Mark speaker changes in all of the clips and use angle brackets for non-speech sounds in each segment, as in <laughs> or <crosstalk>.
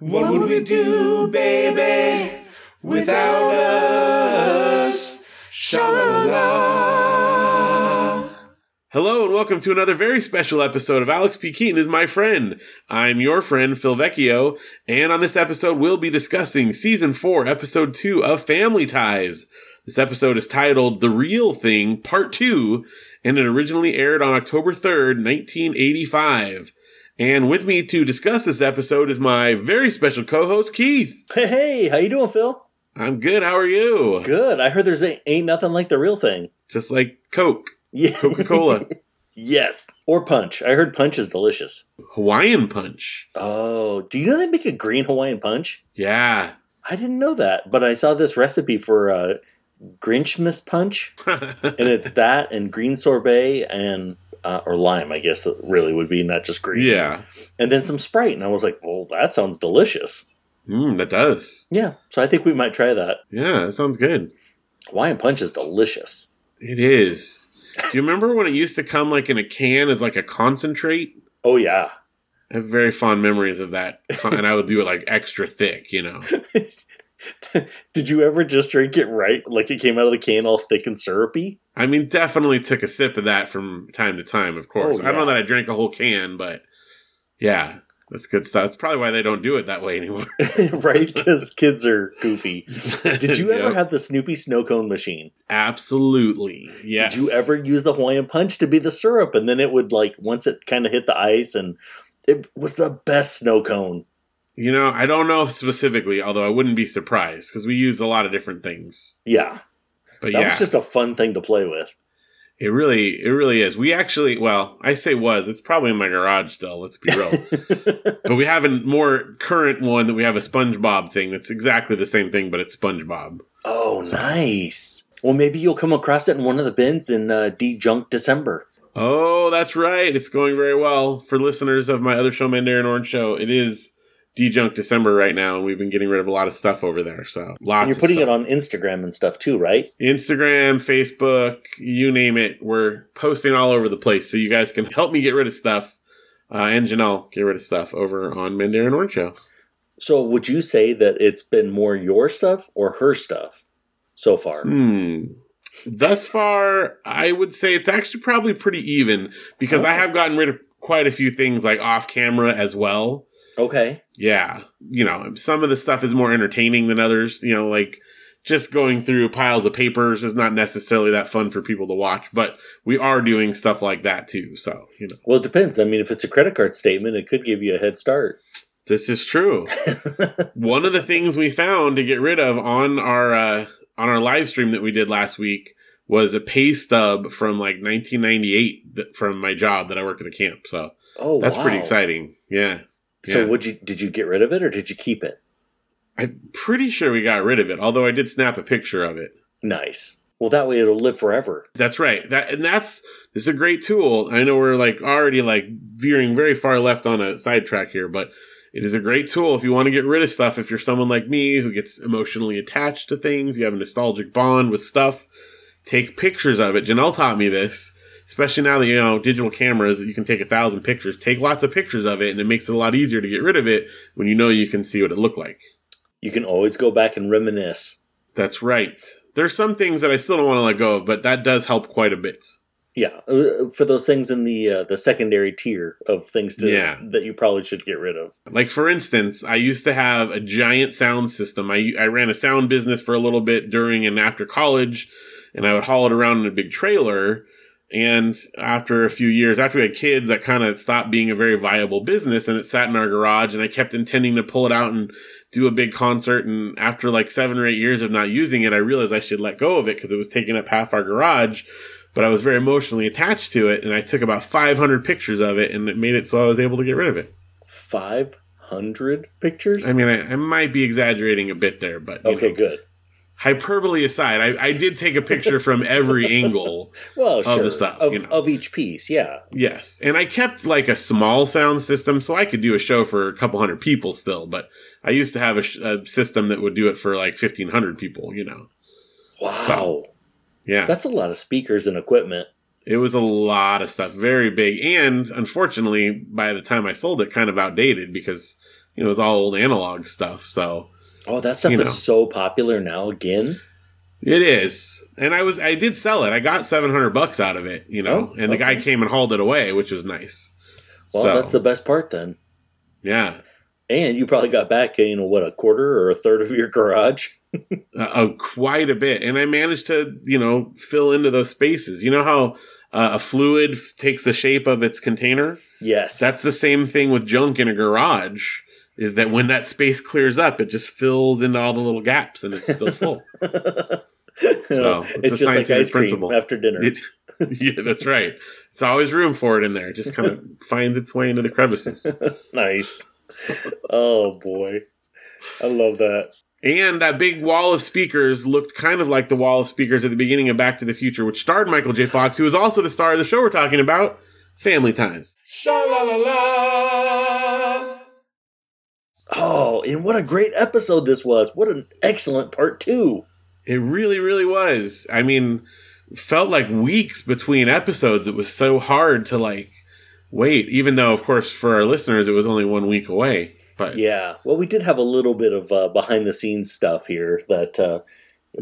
Speaker 1: What would we do, baby, without us? Sha-la-la-la.
Speaker 2: Hello and welcome to another very special episode of Alex P. Keaton is my friend. I'm your friend, Phil Vecchio, and on this episode we'll be discussing season four, episode two of Family Ties. This episode is titled The Real Thing, Part Two, and it originally aired on October 3rd, 1985. And with me to discuss this episode is my very special co-host, Keith.
Speaker 3: Hey, hey, how you doing, Phil?
Speaker 2: I'm good, how are you?
Speaker 3: Good. I heard there's a, ain't nothing like the real thing. <laughs>
Speaker 2: Just like Coke,
Speaker 3: Yeah.
Speaker 2: Coca-Cola,
Speaker 3: yes. Or punch. I heard punch is delicious.
Speaker 2: Hawaiian Punch.
Speaker 3: Oh, do you know they make a green Hawaiian punch?
Speaker 2: Yeah. <laughs>
Speaker 3: I didn't know that, but I saw this recipe for uh, Grinchmas punch, and it's <laughs> that and green sorbet and uh, or lime, I guess that really would be not just green.
Speaker 2: yeah.
Speaker 3: And then some Sprite, and I was like, well, that sounds delicious.
Speaker 2: Mm, that does.
Speaker 3: Yeah. So I think we might try that.
Speaker 2: Yeah, that sounds good.
Speaker 3: Hawaiian punch is delicious.
Speaker 2: It is. Do you remember when it used to come like in a can as like a concentrate?
Speaker 3: Oh yeah.
Speaker 2: I have very fond memories of that. And I would do it like extra thick, you know.
Speaker 3: Did you ever just drink it right? Like it came out of the can all thick and syrupy? <laughs>
Speaker 2: I mean, definitely took a sip of that from time to time, of course.
Speaker 3: Oh,
Speaker 2: I don't know
Speaker 3: yeah.
Speaker 2: that I drank a whole can, but yeah, that's good stuff. That's probably why they don't do it that way anymore. <laughs>
Speaker 3: right? Because kids are goofy. <laughs> Did you ever
Speaker 2: Yep.
Speaker 3: have the Snoopy snow cone machine?
Speaker 2: Absolutely. Yes.
Speaker 3: Did you ever use the Hawaiian punch to be the syrup? And then it would, like, once it kind of hit the ice, and it was the best snow cone.
Speaker 2: You know, I don't know if specifically, although I wouldn't be surprised because we used a lot of different things.
Speaker 3: Yeah.
Speaker 2: But
Speaker 3: That
Speaker 2: yeah.
Speaker 3: was just a fun thing to play with.
Speaker 2: It really, it really is. We actually, well, I say was. It's probably in my garage still. Let's be real.
Speaker 3: <laughs>
Speaker 2: but we have a more current one that we have a SpongeBob thing that's exactly the same thing, but it's SpongeBob.
Speaker 3: Oh, nice. Well, maybe you'll come across it in one of the bins in uh, D-Junk December.
Speaker 2: Oh, that's right. It's going very well for listeners of my other show, Mandarin Orange Show. It is D-Junk December right now, and we've been getting rid of a lot of stuff over there. So lots.
Speaker 3: And you're
Speaker 2: of
Speaker 3: putting it
Speaker 2: stuff.
Speaker 3: on Instagram and stuff, too, right?
Speaker 2: Instagram, Facebook, you name it. We're posting all over the place, so you guys can help me get rid of stuff. Uh, and Janelle get rid of stuff over on Mandarin Orange Show.
Speaker 3: So, would you say that it's been more your stuff or her stuff so far?
Speaker 2: Hmm. Thus far, I would say it's actually probably pretty even because I have gotten rid of quite a few things like off camera as well.
Speaker 3: Okay.
Speaker 2: Yeah. You know, some of the stuff is more entertaining than others. You know, like just going through piles of papers is not necessarily that fun for people to watch, but we are doing stuff like that too. So, you know,
Speaker 3: Well, it depends. I mean, if it's a credit card statement, it could give you a head start.
Speaker 2: this
Speaker 3: <laughs>
Speaker 2: is true. One of the things we found to get rid of on our, uh, on our live stream that we did last week was a pay stub from like 1998 that, from my job that I worked at a camp. So
Speaker 3: Oh,
Speaker 2: that's pretty
Speaker 3: wow.
Speaker 2: exciting. Yeah.
Speaker 3: So,
Speaker 2: Yeah.
Speaker 3: would you did you get rid of it or did you keep it?
Speaker 2: I'm pretty sure we got rid of it, although I did snap a picture of it.
Speaker 3: Nice. Well, that way it'll live forever.
Speaker 2: That's right. That and that's this is a great tool. I know we're like already like veering very far left on a sidetrack here, but it is a great tool if you want to get rid of stuff. If you're someone like me who gets emotionally attached to things, you have a nostalgic bond with stuff. Take pictures of it. Janelle taught me this, especially now that you know digital cameras. You can take a thousand pictures. Take lots of pictures of it, and it makes it a lot easier to get rid of it when you know you can see what it looked like.
Speaker 3: You can always go back and reminisce.
Speaker 2: That's right. There's some things that I still don't want to let go of, but that does help quite a bit.
Speaker 3: Yeah, uh, for those things in the uh, the secondary tier of things to
Speaker 2: Yeah.
Speaker 3: that you probably should get rid of.
Speaker 2: Like for instance, I used to have a giant sound system. I I ran a sound business for a little bit during and after college, and I would haul it around in a big trailer. And after a few years, after we had kids, that kind of stopped being a very viable business, and it sat in our garage. And I kept intending to pull it out and do a big concert. And after like seven or eight years of not using it, I realized I should let go of it because it was taking up half our garage. But I was very emotionally attached to it, and I took about 500 pictures of it, and it made it so I was able to get rid of it.
Speaker 3: Five hundred pictures.
Speaker 2: I mean, I, I might be exaggerating a bit there, but you
Speaker 3: okay,
Speaker 2: know,
Speaker 3: good.
Speaker 2: hyperbole aside, I, I did take a picture from every angle.
Speaker 3: Well, sure.
Speaker 2: the stuff,
Speaker 3: of,
Speaker 2: you know.
Speaker 3: of each piece, yeah.
Speaker 2: Yes, and I kept like a small sound system, so I could do a show for a couple hundred people still. But I used to have a, sh- a system that would do it for like fifteen hundred people. You know,
Speaker 3: Wow,
Speaker 2: yeah,
Speaker 3: that's a lot of speakers and equipment.
Speaker 2: it was a lot of stuff, very big, and unfortunately, by the time I sold it, kind of outdated because you know, it was all old analog stuff. So
Speaker 3: Oh, that stuff
Speaker 2: You know.
Speaker 3: is so popular now again.
Speaker 2: it is. And I was, I did sell it. I got 700 bucks out of it, you know,
Speaker 3: Oh,
Speaker 2: and the guy
Speaker 3: okay.
Speaker 2: came and hauled it away, which was nice.
Speaker 3: Well,
Speaker 2: So,
Speaker 3: that's the best part then.
Speaker 2: yeah.
Speaker 3: And you probably got back, you know, what a quarter or a third of your garage.
Speaker 2: uh, uh, quite a bit, and I managed to you know fill into those spaces. You know how uh, a fluid f- takes the shape of its container.
Speaker 3: Yes,
Speaker 2: That's the same thing with junk in a garage. Is that when that space clears up, it just fills into all the little gaps, and it's
Speaker 3: <laughs>
Speaker 2: still full. <laughs> so, it's a
Speaker 3: it's, just like
Speaker 2: scientific
Speaker 3: ice cream
Speaker 2: principle.
Speaker 3: after dinner.
Speaker 2: It- yeah, that's right. It's always room for it in there. It just kind of finds its way into the crevices.
Speaker 3: nice. oh boy, I love that.
Speaker 2: And that big wall of speakers looked kind of like the wall of speakers at the beginning of Back to the Future, which starred Michael J. Fox, who was also the star of the show we're talking about, Family Ties.
Speaker 1: Sha la la la.
Speaker 3: Oh, and what a great episode this was! What an excellent part two.
Speaker 2: It really, really was. I mean, felt like weeks between episodes. It was so hard to like wait, even though, of course, for our listeners, it was only one week away. But
Speaker 3: Yeah. Well, we did have a little bit of uh, behind the scenes stuff here that uh,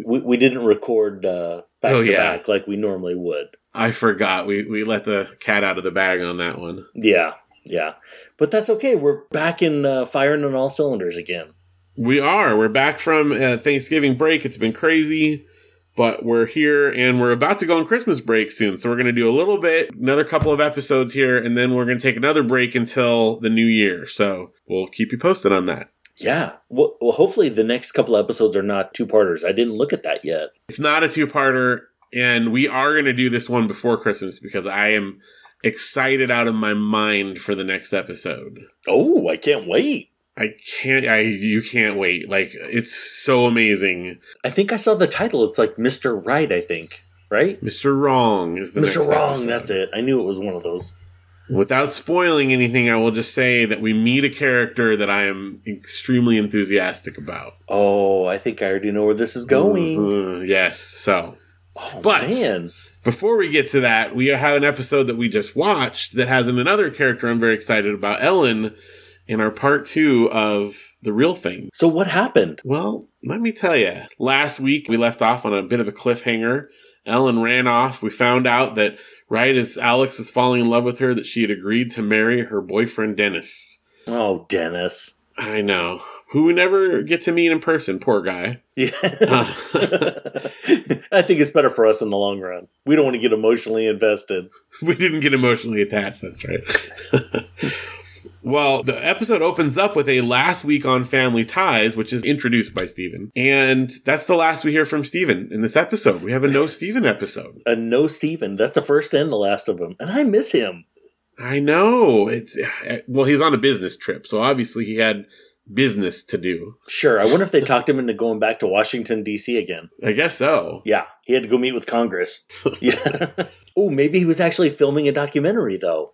Speaker 3: we, we didn't record uh, back
Speaker 2: Oh,
Speaker 3: to
Speaker 2: yeah.
Speaker 3: back like we normally would.
Speaker 2: I forgot. We, we let the cat out of the bag on that one.
Speaker 3: Yeah. Yeah. But that's okay. We're back in uh, firing on all cylinders again.
Speaker 2: We are. We're back from uh, Thanksgiving break. It's been crazy, but we're here and we're about to go on Christmas break soon. So we're going to do a little bit, another couple of episodes here, and then we're going to take another break until the new year. So we'll keep you posted on that.
Speaker 3: Yeah. Well, well hopefully the next couple episodes are not two parters. I didn't look at that yet.
Speaker 2: It's not a two parter, and we are going to do this one before Christmas because I am excited out of my mind for the next episode.
Speaker 3: Oh, I can't wait.
Speaker 2: I can't, I, you can't wait. Like, it's so amazing.
Speaker 3: I think I saw the title. It's like Mr. Right, I think. Right?
Speaker 2: Mr. Wrong is the next
Speaker 3: Mr. Wrong.
Speaker 2: episode.
Speaker 3: That's it. I knew it was one of those.
Speaker 2: Without spoiling anything, I will just say that we meet a character that I am extremely enthusiastic about.
Speaker 3: Oh, I think I already know where this is going.
Speaker 2: Mhm, Yes. So
Speaker 3: Oh,
Speaker 2: But-
Speaker 3: man.
Speaker 2: before we get to that, we have an episode that we just watched that has another character I'm very excited about, Ellen, in our part two of The Real Thing.
Speaker 3: So what happened?
Speaker 2: Well, let me tell you. Last week we left off on a bit of a cliffhanger. Ellen ran off. We found out that right as Alex was falling in love with her, that she had agreed to marry her boyfriend Dennis.
Speaker 3: Oh, Dennis.
Speaker 2: I know. Who we never get to meet in person, poor guy.
Speaker 3: <laughs> Yeah.
Speaker 2: Uh, <laughs>
Speaker 3: I think it's better for us in the long run. We don't want to get emotionally invested.
Speaker 2: we didn't get emotionally attached, that's right. <laughs> well, the episode opens up with a last week on Family Ties, which is introduced by Steven. And that's the last we hear from Steven in this episode. We have a no Steven episode.
Speaker 3: A no Steven. That's the first and the last of them. And I miss him.
Speaker 2: I know. It's eh, well, he's on a business trip, so obviously he had business to do.
Speaker 3: Sure. I wonder if they talked him into going back to Washington, D.C. again.
Speaker 2: I guess so.
Speaker 3: Yeah. He had to go meet with <laughs> Congress. Yeah. oh, maybe he was actually filming a documentary, though.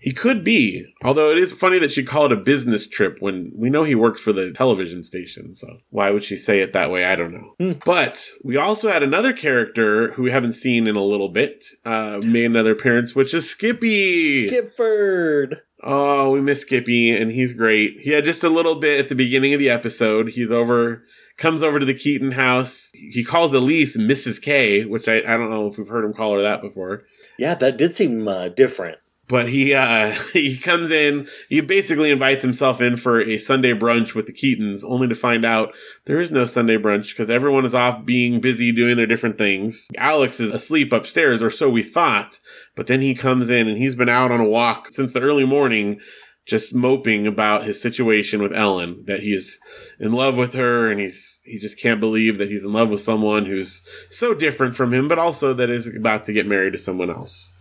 Speaker 2: He could be. Although it is funny that she called it a business trip when we know he works for the television station. So why would she say it that way? I don't know.
Speaker 3: Hmm.
Speaker 2: But we also had another character who we haven't seen in a little bit uh, made another appearance, which is Skippy.
Speaker 3: Skipford.
Speaker 2: Oh, we miss Skippy, and he's great. He had just a little bit at the beginning of the episode. He's over, comes over to the Keaton house. He calls Elise Mrs. K, which I, I don't know if we've heard him call her that before.
Speaker 3: Yeah, that did seem uh, different. <laughs>
Speaker 2: But he uh, <laughs> he comes in. He basically invites himself in for a Sunday brunch with the Keatons, only to find out there is no Sunday brunch because everyone is off being busy doing their different things. Alex is asleep upstairs, or so we thought. But then he comes in and he's been out on a walk since the early morning, just moping about his situation with Ellen. That he's in love with her, and he's he just can't believe that he's in love with someone who's so different from him, but also that is about to get married to someone else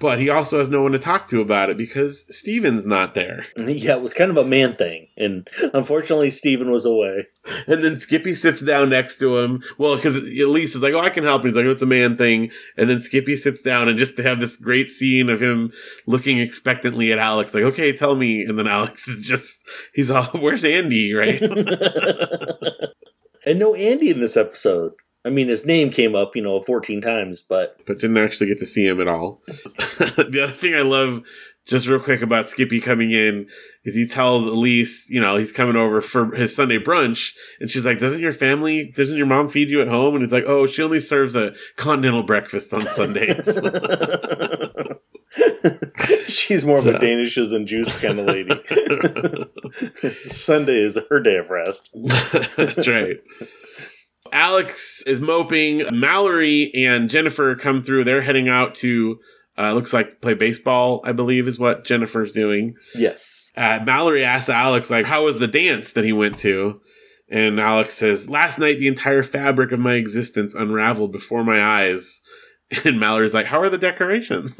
Speaker 2: but he also has no one to talk to about it because Steven's not there. <laughs>
Speaker 3: Yeah, it was kind of a man thing. And unfortunately, Steven was away.
Speaker 2: And then Skippy sits down next to him. Well, because Elise is like, "Oh, I can help." He's like, "Oh, "It's a man thing." And then Skippy sits down, and just they have this great scene of him looking expectantly at Alex, like, "Okay, tell me." And then Alex <laughs> is just—he's all, "Where's Andy?"
Speaker 3: <laughs>
Speaker 2: Right?
Speaker 3: and no Andy in this episode. I mean, his name came up, you know, 14 times, but <laughs>
Speaker 2: but didn't actually get to see him at all. the other thing I love just real quick about Skippy coming in is he tells Elise, you know, he's coming over for his Sunday brunch. And she's like, doesn't your family, doesn't your mom feed you at home? And he's like, oh, she only serves a continental breakfast
Speaker 3: <laughs>
Speaker 2: on Sundays.
Speaker 3: She's more of
Speaker 2: So.
Speaker 3: a danishes and juice kind of <laughs> lady. Sunday is her day of rest.
Speaker 2: That's right. Alex is moping. Mallory and Jennifer come through. They're heading out to, uh, looks like play baseball, I believe is what Jennifer's doing.
Speaker 3: <laughs> Yes.
Speaker 2: uh, Mallory asks Alex, like, how was the dance that he went to? And Alex says, last night the entire fabric of my existence unraveled before my eyes. <laughs> And Mallory's like, how are the decorations?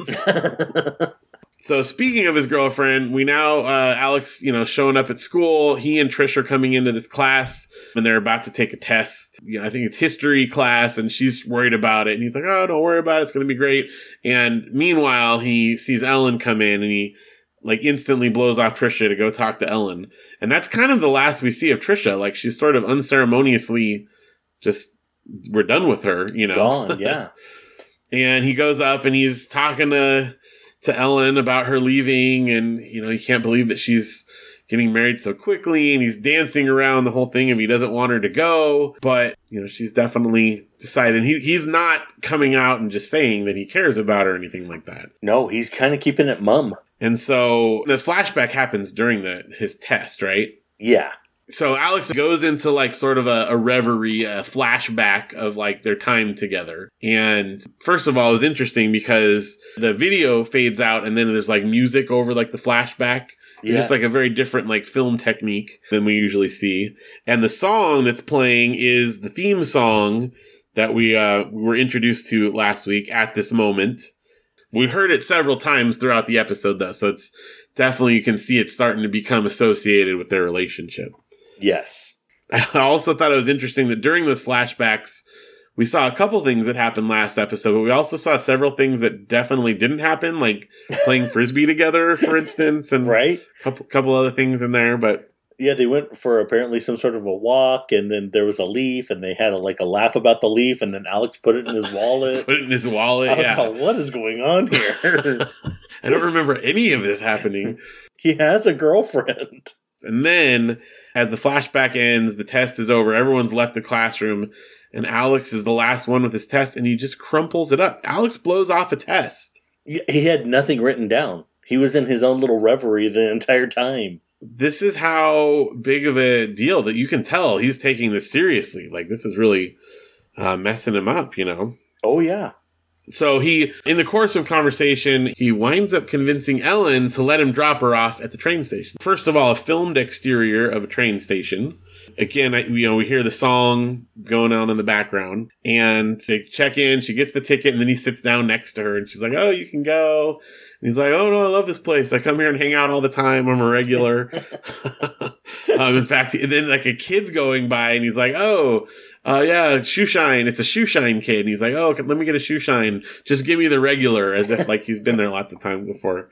Speaker 2: so speaking of his girlfriend, we now, uh, Alex, you know, showing up at school. He and Trish are coming into this class and they're about to take a test. You know, I think it's history class and she's worried about it. And he's like, oh, don't worry about it. It's going to be great. And meanwhile, he sees Ellen come in and he like instantly blows off Trisha to go talk to Ellen. And that's kind of the last we see of Trisha. Like she's sort of unceremoniously just we're done with her, you know.
Speaker 3: Gone, yeah.
Speaker 2: And he goes up and he's talking to to Ellen about her leaving and you know, he can't believe that she's getting married so quickly and he's dancing around the whole thing and he doesn't want her to go, but you know, she's definitely decided he he's not coming out and just saying that he cares about her or anything like that.
Speaker 3: No, he's kind of keeping it mum.
Speaker 2: And so the flashback happens during the his test, right?
Speaker 3: Yeah.
Speaker 2: So Alex goes into like sort of a, a reverie, a flashback of like their time together. And first of all, it's interesting because the video fades out and then there's like music over like the flashback. It's
Speaker 3: Yes.
Speaker 2: Just like a very different like film technique than we usually see. And the song that's playing is the theme song that we uh, we were introduced to last week at this moment. We heard it several times throughout the episode though, so it's definitely you can see it starting to become associated with their relationship.
Speaker 3: yes.
Speaker 2: <laughs> I also thought it was interesting that during those flashbacks, we saw a couple things that happened last episode, but we also saw several things that definitely didn't happen, like
Speaker 3: <laughs>
Speaker 2: playing frisbee together, for instance, and a
Speaker 3: Right?
Speaker 2: couple couple other things in there. But
Speaker 3: Yeah, they went for apparently some sort of a walk, and then there was a leaf, and they had a, like a laugh about the leaf, and then Alex put it in his wallet.
Speaker 2: put it in his wallet.
Speaker 3: I was
Speaker 2: yeah,
Speaker 3: like, what is going on
Speaker 2: <laughs>
Speaker 3: here? <laughs>
Speaker 2: I don't remember any of this happening.
Speaker 3: he has a girlfriend. <laughs>
Speaker 2: And then, as the flashback ends, the test is over. Everyone's left the classroom, and Alex is the last one with his test, and he just crumples it up. Alex blows off a test.
Speaker 3: He had nothing written down. He was in his own little reverie the entire time.
Speaker 2: this is how big of a deal that you can tell he's taking this seriously. Like this is really uh, messing him up, you know.
Speaker 3: Oh yeah. <laughs>
Speaker 2: So he, in the course of conversation, he winds up convincing Ellen to let him drop her off at the train station. First of all, a filmed exterior of a train station. Again, I, you know, we hear the song going on in the background, and they check in. She gets the ticket, and then he sits down next to her, and she's like, "Oh, you can go." And he's like, "Oh no, I love this place. I come here and hang out all the time. I'm a regular." <laughs> um, in fact, and then like a kid's going by, and he's like, "Oh, uh, yeah, shoe shine. It's a shoe shine kid. And he's like, oh, okay, let me get a shoe shine. Just give me the regular, as if like he's been there lots of times before.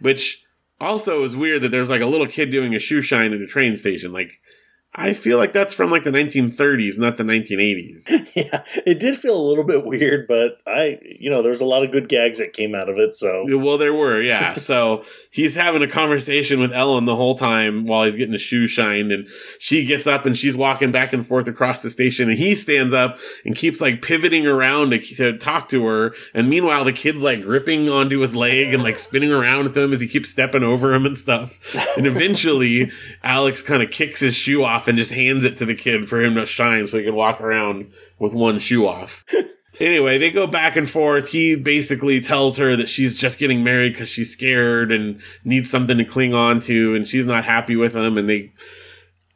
Speaker 2: Which also is weird that there's like a little kid doing a shoe shine at a train station. Like, I feel like that's from like the 1930s, not the 1980s.
Speaker 3: Yeah. It did feel a little bit weird, but I you know, there was a lot of good gags that came out of it, so
Speaker 2: well, there were, yeah. So he's having a conversation with Ellen the whole time while he's getting a shoe shined, and she gets up and she's walking back and forth across the station, and he stands up and keeps like pivoting around to, to talk to her. And meanwhile, the kid's like gripping onto his leg and like spinning around with him as he keeps stepping over him and stuff. And eventually, Alex kind of kicks his shoe off and just hands it to the kid for him to shine so he can walk around with one shoe off. Anyway, they go back and forth. He basically tells her that she's just getting married because she's scared and needs something to cling on to, and she's not happy with him. And they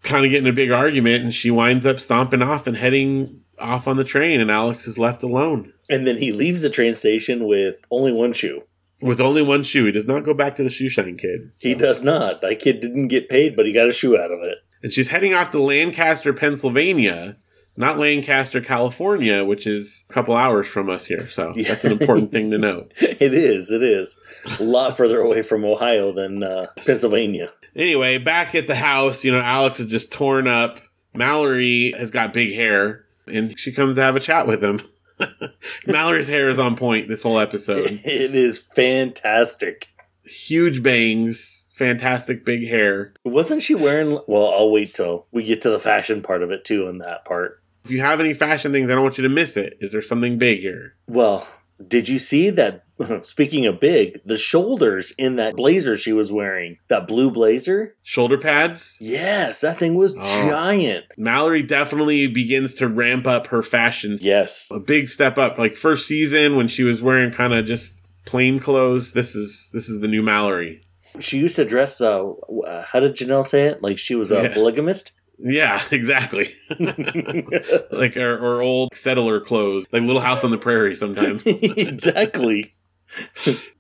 Speaker 2: kind of get in a big argument, and she winds up stomping off and heading off on the train, and Alex is left alone
Speaker 3: and then he leaves the train station with only one shoe.
Speaker 2: with only one shoe. He does not go back to the shoe shine kid.
Speaker 3: He does not. That kid didn't get paid, but he got a shoe out of it. <laughs>
Speaker 2: And she's heading off to Lancaster, Pennsylvania, not Lancaster, California, which is a couple hours from us here. So that's an important thing to know.
Speaker 3: It is, it is. A lot further away from Ohio than uh, Pennsylvania.
Speaker 2: Anyway, back at the house, you know, Alex is just torn up. Mallory has got big hair, and she comes to have a chat with him. <laughs>
Speaker 3: <laughs>
Speaker 2: Mallory's hair is on point this whole episode.
Speaker 3: It is fantastic.
Speaker 2: huge bangs, fantastic big hair.
Speaker 3: Wasn't she wearing? Well, I'll wait till we get to the fashion part of it too. In that part,
Speaker 2: If you have any fashion things, I don't want you to miss it. Is there something big here?
Speaker 3: well, did you see that? <laughs> Speaking of big, the shoulders in that blazer she was wearing, that blue blazer.
Speaker 2: Shoulder pads?
Speaker 3: Yes, that thing was
Speaker 2: Oh.
Speaker 3: giant.
Speaker 2: Mallory definitely begins to ramp up her fashion.
Speaker 3: Yes,
Speaker 2: A big step up. Like first season when she was wearing kind of just plain clothes. This is this is the new Mallory.
Speaker 3: she used to dress. Uh, uh, how did Janelle say it? Like she was a
Speaker 2: Yeah. <laughs>
Speaker 3: polygamist. <laughs>
Speaker 2: Yeah, exactly. like our, our old settler clothes, like Little House on the
Speaker 3: <laughs>
Speaker 2: Prairie sometimes.
Speaker 3: exactly.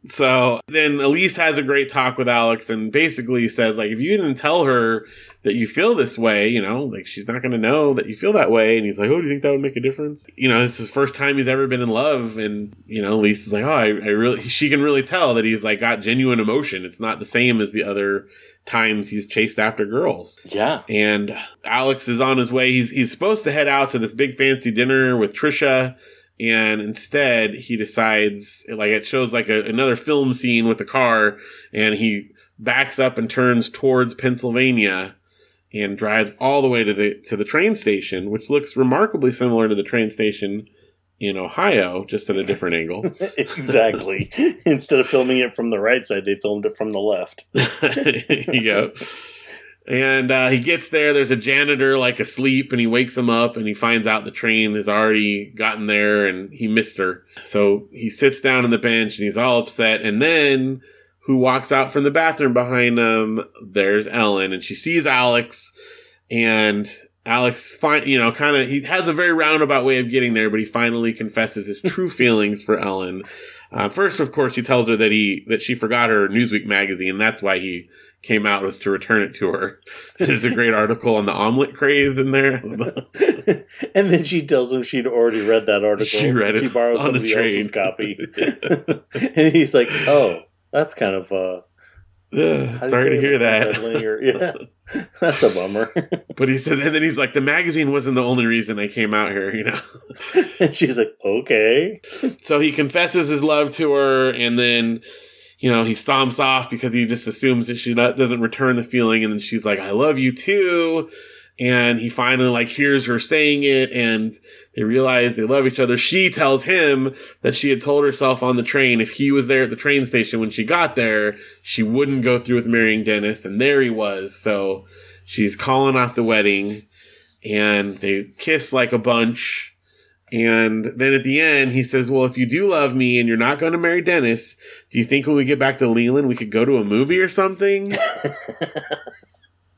Speaker 2: So then Elise has a great talk with Alex and basically says, like, if you didn't tell her that you feel this way, you know, like she's not going to know that you feel that way. And he's like, oh, do you think that would make a difference? You know, it's the first time he's ever been in love. And, you know, Elise is like, oh, I, I really, she can really tell that he's like got genuine emotion. It's not the same as the other times he's chased after girls.
Speaker 3: Yeah. <laughs>
Speaker 2: And Alex is on his way. He's he's supposed to head out to this big fancy dinner with Trisha, and instead he decides like it shows like a, another film scene with the car, and he backs up and turns towards Pennsylvania, and drives all the way to the to the train station, which looks remarkably similar to the train station in Ohio, just at a different angle.
Speaker 3: exactly. Instead of filming it from the right side, they filmed it from the
Speaker 2: <laughs>
Speaker 3: left.
Speaker 2: yeah. And uh, he gets there. There's a janitor like asleep, and he wakes him up, and he finds out the train has already gotten there, and he missed her. So he sits down on the bench, and he's all upset. And then who walks out from the bathroom behind him? There's Ellen, and she sees Alex, and Alex, fin- you know, kind of he has a very roundabout way of getting there, but he finally confesses his
Speaker 3: <laughs>
Speaker 2: true feelings for Ellen. Uh, first, of course, he tells her that he that she forgot her Newsweek magazine. That's why he came out was to return it to her. <laughs> There's a great article on the omelet craze in
Speaker 3: <laughs>
Speaker 2: there.
Speaker 3: and then she tells him she'd already read that article.
Speaker 2: She read it
Speaker 3: She borrowed
Speaker 2: on the
Speaker 3: somebody else's
Speaker 2: train.
Speaker 3: copy.
Speaker 2: <laughs>
Speaker 3: <laughs> and he's like, "Oh, that's kind of uh, how do
Speaker 2: Ugh,
Speaker 3: you
Speaker 2: sorry
Speaker 3: say
Speaker 2: to
Speaker 3: it?
Speaker 2: hear
Speaker 3: That's a
Speaker 2: that.
Speaker 3: linear- <laughs> Yeah, that's a bummer." <laughs>
Speaker 2: But he says, and then he's like, the magazine wasn't the only reason I came out here, you know.
Speaker 3: and she's like, "Okay."
Speaker 2: <laughs> So he confesses his love to her, and then, you know, he stomps off because he just assumes that she not, doesn't return the feeling, and then she's like, "I love you too," and he finally like hears her saying it, and they realize they love each other. She tells him that she had told herself on the train if he was there at the train station when she got there, she wouldn't go through with marrying Dennis, and there he was. So she's calling off the wedding, and they kiss like a bunch. And then at the end, he says, Well, if you do love me and you're not going to marry Dennis, do you think when we get back to Leland, we could go to a movie or something?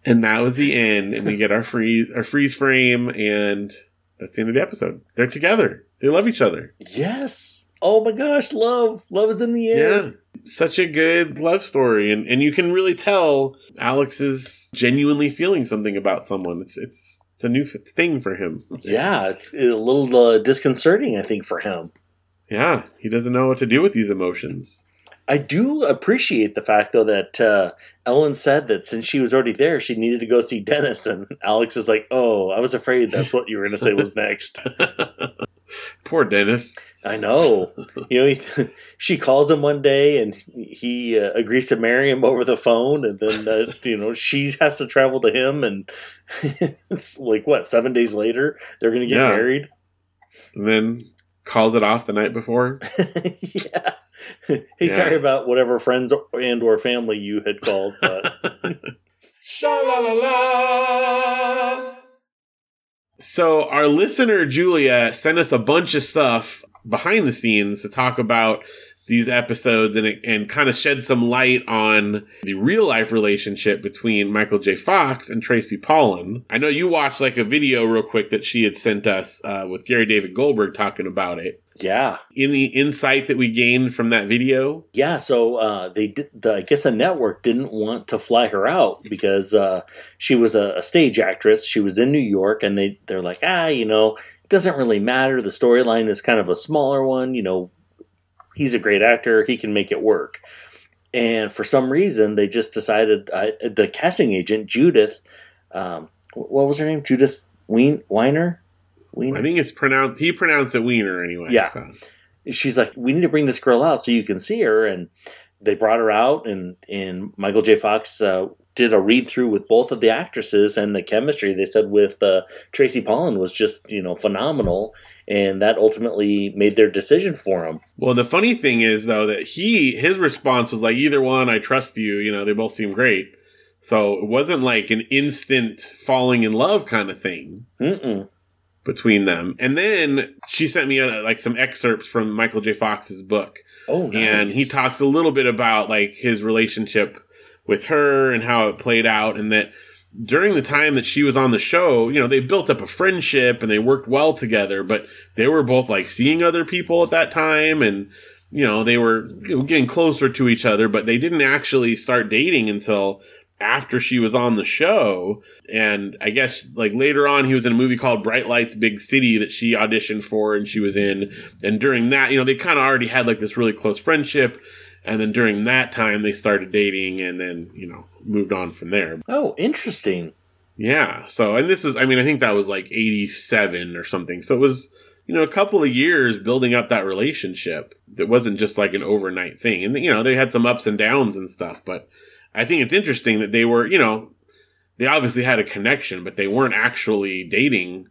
Speaker 2: and that was the end. And we get our freeze, our freeze frame. And that's the end of the episode. They're together. They love each other.
Speaker 3: Yes. Oh my gosh, love, love is in the air.
Speaker 2: Such a good love story. And, and you can really tell Alex is genuinely feeling something about someone. It's, it's, it's a new f- thing for him.
Speaker 3: Yeah, it's a little uh, disconcerting, I think, for him.
Speaker 2: Yeah. He doesn't know what to do with these emotions.
Speaker 3: I do appreciate the fact, though, that uh, Ellen said that since she was already there, she needed to go see Dennis, and Alex is like, "Oh, I was afraid that's what you were going to say was
Speaker 2: <laughs>
Speaker 3: next."
Speaker 2: Poor Dennis.
Speaker 3: I know. You know, <laughs> he, she calls him one day, and he uh, agrees to marry him over the phone, and then uh, you know she has to travel to him, and <laughs> it's like what seven days later they're going to get
Speaker 2: Yeah.
Speaker 3: married. <laughs>
Speaker 2: and then calls it off the night before.
Speaker 3: yeah. Hey,
Speaker 2: Yeah.
Speaker 3: sorry about whatever friends and or family you had called, but.
Speaker 2: <laughs>
Speaker 1: Sha la la la.
Speaker 2: So our listener Julia sent us a bunch of stuff behind the scenes to talk about these episodes and and kind of shed some light on the real life relationship between Michael J. Fox and Tracy Pollan. I know you watched like a video real quick that she had sent us uh, with Gary David Goldberg talking about it.
Speaker 3: Yeah.
Speaker 2: Any insight that we gained from that video?
Speaker 3: Yeah, so uh, they did. The, I guess the network didn't want to fly her
Speaker 2: Mm-hmm.
Speaker 3: out because uh, she was a, a stage actress. She was in New York, and they they're like, ah, you know, it doesn't really matter. The storyline is kind of a smaller one. You know, he's a great actor; he can make it work. And for some reason, they just decided I, the casting agent Judith, um, wh- what was her name? Judith Wien, Weiner. Weiner?
Speaker 2: I think it's pronounced. He pronounced it Wiener anyway.
Speaker 3: Yeah.
Speaker 2: so.
Speaker 3: she's like, we need to bring this girl out so you can see her. And they brought her out, and and Michael J. Fox uh, did a read through with both of the actresses, and the chemistry they said with uh, Tracy Pollan was just you know phenomenal, and that ultimately made their decision for him.
Speaker 2: Well, the funny thing is though that he his response was like either one, I trust you. You know, they both seem great. So it wasn't like an instant falling in love kind of thing
Speaker 3: Mm-mm.
Speaker 2: between them. And then she sent me uh, like some excerpts from Michael J. Fox's book,
Speaker 3: Oh, nice.
Speaker 2: and he talks a little bit about like his relationship with her and how it played out and that during the time that she was on the show you know they built up a friendship and they worked well together but they were both like seeing other people at that time and you know they were you know, getting closer to each other but they didn't actually start dating until after she was on the show and i guess like later on he was in a movie called bright lights big city that she auditioned for and she was in and during that you know they kind of already had like this really close friendship and then during that time they started dating and then you know moved on from there
Speaker 3: oh, interesting.
Speaker 2: yeah so and this is i mean i think that was like 87 or something so it was you know a couple of years building up that relationship it wasn't just like an overnight thing and you know they had some ups and downs and stuff but i think it's interesting that they were you know they obviously had a connection but they weren't actually dating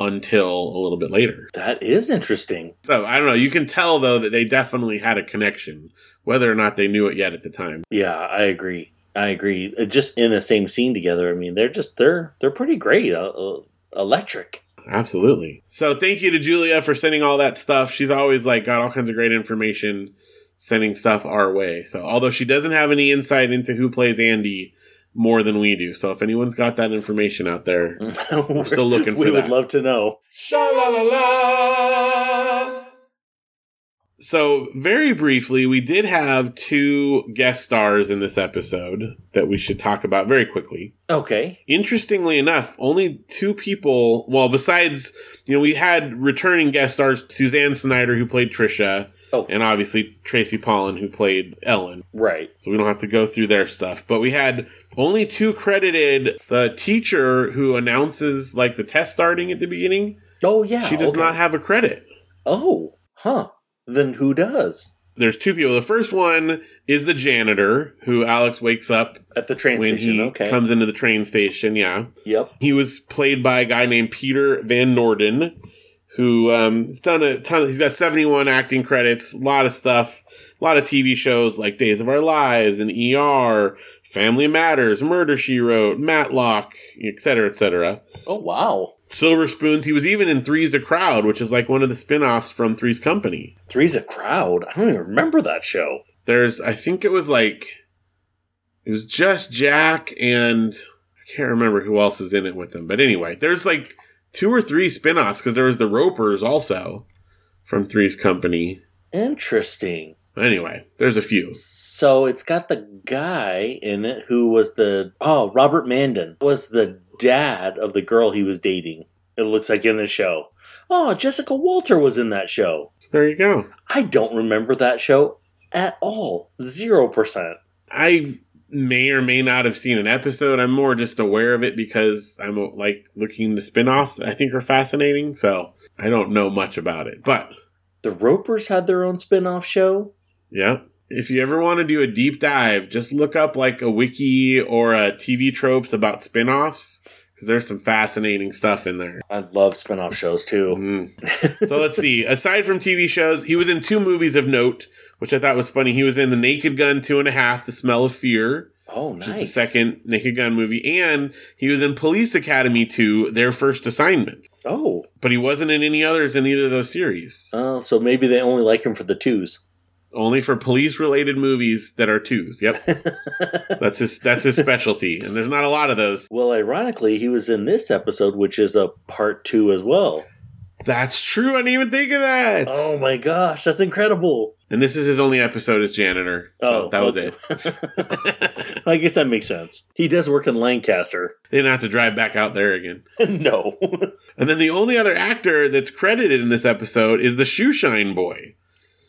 Speaker 2: until a little bit later
Speaker 3: That is interesting.
Speaker 2: so I don't know. You can tell though that they definitely had a connection, whether or not they knew it yet at the time.
Speaker 3: Yeah, I agree. I agree. Uh, Just in the same scene together. I mean, they're just they're they're pretty great. Uh, uh, electric. <laughs>
Speaker 2: Absolutely. So thank you to Julia for sending all that stuff. She's always like got all kinds of great information, sending stuff our way. So although she doesn't have any insight into who plays Andy more than we do, so if anyone's got that information out there,
Speaker 3: We're <laughs>
Speaker 2: still looking
Speaker 3: We
Speaker 2: for
Speaker 3: would
Speaker 2: that.
Speaker 3: love to know.
Speaker 1: Sha la la la.
Speaker 2: So, very briefly, we did have two guest stars in this episode that we should talk about very quickly.
Speaker 3: Okay.
Speaker 2: interestingly enough, only two people. Well, besides, you know, we had returning guest stars Suzanne Snyder, who played Trisha,
Speaker 3: Oh.
Speaker 2: and obviously Tracy Pollan, who played Ellen.
Speaker 3: Right.
Speaker 2: So we don't have to go through their stuff. But we had only two credited the teacher who announces like the test starting at the beginning.
Speaker 3: Oh yeah.
Speaker 2: she does
Speaker 3: okay.
Speaker 2: not have a credit.
Speaker 3: Oh, huh. Then who does?
Speaker 2: There's two people. The first one is the janitor who Alex wakes up
Speaker 3: At the train
Speaker 2: when
Speaker 3: station.
Speaker 2: he
Speaker 3: okay.
Speaker 2: comes into the train station. Yeah.
Speaker 3: yep.
Speaker 2: He was played by a guy named Peter Van Norden, who um, has done a ton. Of, he's got seventy-one acting credits, a lot of stuff, a lot of TV shows like Days of Our Lives and ER, Family Matters, Murder She Wrote, Matlock, etc., cetera, etc. Cetera.
Speaker 3: Oh wow.
Speaker 2: Silver Spoons. He was even in Three's a Crowd, which is like one of the spin-offs from Three's Company.
Speaker 3: Three's a crowd. I don't even remember that show.
Speaker 2: There's, I think it was like, it was just Jack and I can't remember who else is in it with them. But anyway, there's like two or three spin-offs because there was the Ropers also from Three's Company.
Speaker 3: Interesting.
Speaker 2: Anyway, there's a few.
Speaker 3: So it's got the guy in it who was the oh Robert Mandan was the dad of the girl he was dating. It looks like in the show. Oh, Jessica Walter was in that show.
Speaker 2: So there you go.
Speaker 3: I don't remember that show at all. Zero percent.
Speaker 2: I may or may not have seen an episode. I'm more just aware of it because I'm like looking the spin-offs I think are fascinating. So I don't know much about it. But
Speaker 3: The Ropers had their own spin-off show.
Speaker 2: Yeah. If you ever want to do a deep dive, just look up like a wiki or a TV tropes about spin-offs because there's some fascinating stuff in there.
Speaker 3: I love spin-off shows too.
Speaker 2: Mhm. so let's see. Aside from TV shows, he was in two movies of note, which I thought was funny. He was in The Naked Gun Two and a Half, The Smell of Fear,
Speaker 3: Oh, nice.
Speaker 2: which is the second Naked Gun movie, and he was in Police Academy Two, Their First Assignment.
Speaker 3: Oh,
Speaker 2: But he wasn't in any others in either of those series.
Speaker 3: oh, so maybe they only like him for the twos.
Speaker 2: only for police related movies that are twos. Yep.
Speaker 3: <laughs>
Speaker 2: that's his that's his specialty. And there's not a lot of those.
Speaker 3: Well, ironically, he was in this episode, which is a part two as well.
Speaker 2: That's true. I didn't even think of that.
Speaker 3: Oh my gosh, that's incredible!
Speaker 2: And this is his only episode as janitor. So
Speaker 3: oh,
Speaker 2: that was
Speaker 3: okay.
Speaker 2: it.
Speaker 3: <laughs> I guess that makes sense. He does work in Lancaster. <laughs>
Speaker 2: They didn't have to drive back out there again.
Speaker 3: no.
Speaker 2: And then the only other actor that's credited in this episode is the shoeshine boy.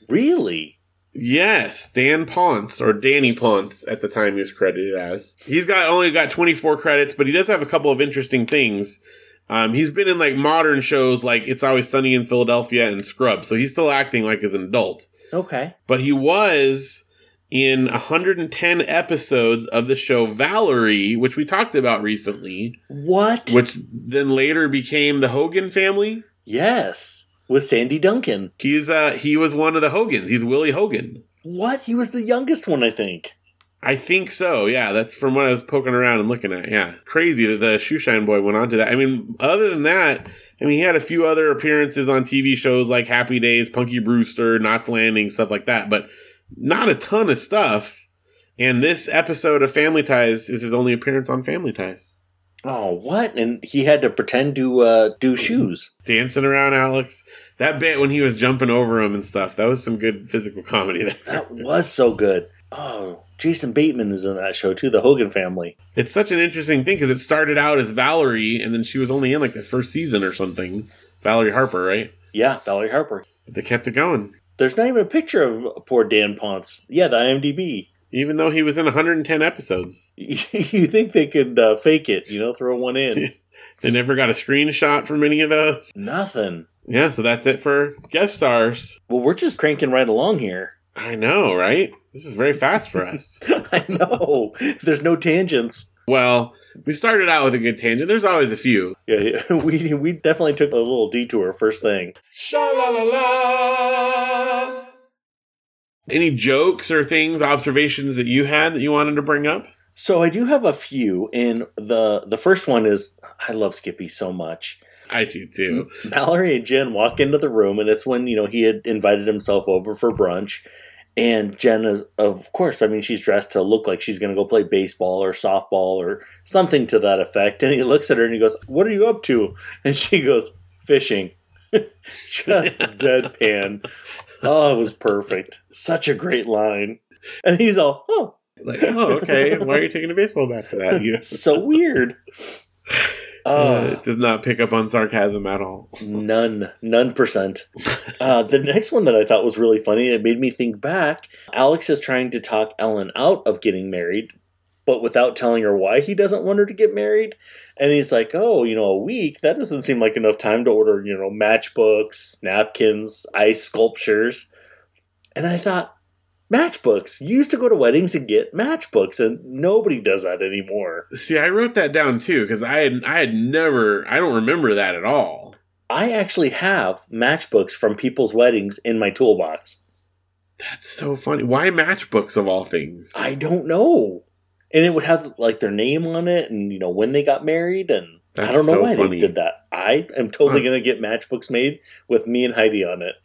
Speaker 3: really?
Speaker 2: Yes, Dan Ponce or Danny Ponce at the time he was credited as. He's got only got 24 credits, but he does have a couple of interesting things. Um, he's been in like modern shows like It's Always Sunny in Philadelphia and Scrubs, so he's still acting like as an adult.
Speaker 3: Okay.
Speaker 2: But he was in 110 episodes of the show Valerie, which we talked about recently,
Speaker 3: What?
Speaker 2: which then later became the Hogan family.
Speaker 3: yes. With Sandy Duncan.
Speaker 2: He's uh he was one of the Hogans. He's Willie Hogan.
Speaker 3: What? He was the youngest one, I think.
Speaker 2: I think so. Yeah, that's from what I was poking around and looking at. Yeah, crazy that the shoeshine boy went on to that. I mean, other than that, I mean, he had a few other appearances on TV shows like Happy Days, Punky Brewster, Knots Landing, stuff like that, but not a ton of stuff. And this episode of Family Ties is his only appearance on Family Ties.
Speaker 3: Oh, what? And he had to pretend to uh,
Speaker 2: Mm-hmm.
Speaker 3: do shoes.
Speaker 2: Dancing around Alex. That bit when he was jumping over him and stuff, that was some good physical comedy there.
Speaker 3: That was so good. Oh, Jason Bateman is in that show too, the Hogan family.
Speaker 2: It's such an interesting thing because it started out as Valerie, and then she was only in like the first season or something. Valerie Harper, right?
Speaker 3: Yeah, Valerie Harper.
Speaker 2: But they kept it going,
Speaker 3: There's not even a picture of poor Dan Ponce. Yeah, the IMDb. <laughs>
Speaker 2: even though he was in 110 episodes.
Speaker 3: you think they could uh, fake it, you know, throw one in.
Speaker 2: They never got a screenshot from any of those.
Speaker 3: Nothing.
Speaker 2: Yeah, so that's it for guest stars.
Speaker 3: Well, we're just cranking right along here. <laughs>
Speaker 2: I know, right? This is very fast for us. <laughs>
Speaker 3: I know. There's no tangents.
Speaker 2: well, we started out with a good tangent. There's always a few.
Speaker 3: Yeah, yeah, <laughs> we we definitely took a little detour first thing.
Speaker 1: sha la la la,
Speaker 2: Any jokes or things, observations that you had that you wanted to bring up?
Speaker 3: So I do have a few, and the the first one is I love Skippy so much.
Speaker 2: I do too.
Speaker 3: Mallory and Jen walk into the room, and it's when you know he had invited himself over for brunch. And Jen is, of course, I mean, she's dressed to look like she's going to go play baseball or softball or something to that effect. And he looks at her and he goes, "What are you up to?" And she goes, "Fishing." <laughs> Just deadpan. Oh, it was perfect. Such a great line. And he's all, "Oh,
Speaker 2: Like, oh, okay. Why are you taking a baseball bat for that? You-
Speaker 3: so weird."
Speaker 2: Uh, it does not pick up on sarcasm at all.
Speaker 3: None, none percent. Uh, the next one that I thought was really funny, it made me think back. Alex is trying to talk Ellen out of getting married, but without telling her why he doesn't want her to get married. And he's like, "Oh, you know, a week that doesn't seem like enough time to order, you know, matchbooks, napkins, ice sculptures." And I thought, matchbooks. You used to go to weddings and get matchbooks, and nobody does that anymore.
Speaker 2: See, I wrote that down too because I had I had never I don't remember that at all.
Speaker 3: I actually have matchbooks from people's weddings in my toolbox.
Speaker 2: That's so funny. Why matchbooks of all things?
Speaker 3: I don't know. And it would have like their name on it, and you know when they got married, and
Speaker 2: That's
Speaker 3: I don't know
Speaker 2: so
Speaker 3: why they
Speaker 2: funny.
Speaker 3: did that. I am totally
Speaker 2: Huh.
Speaker 3: gonna get matchbooks made with me and Heidi on it.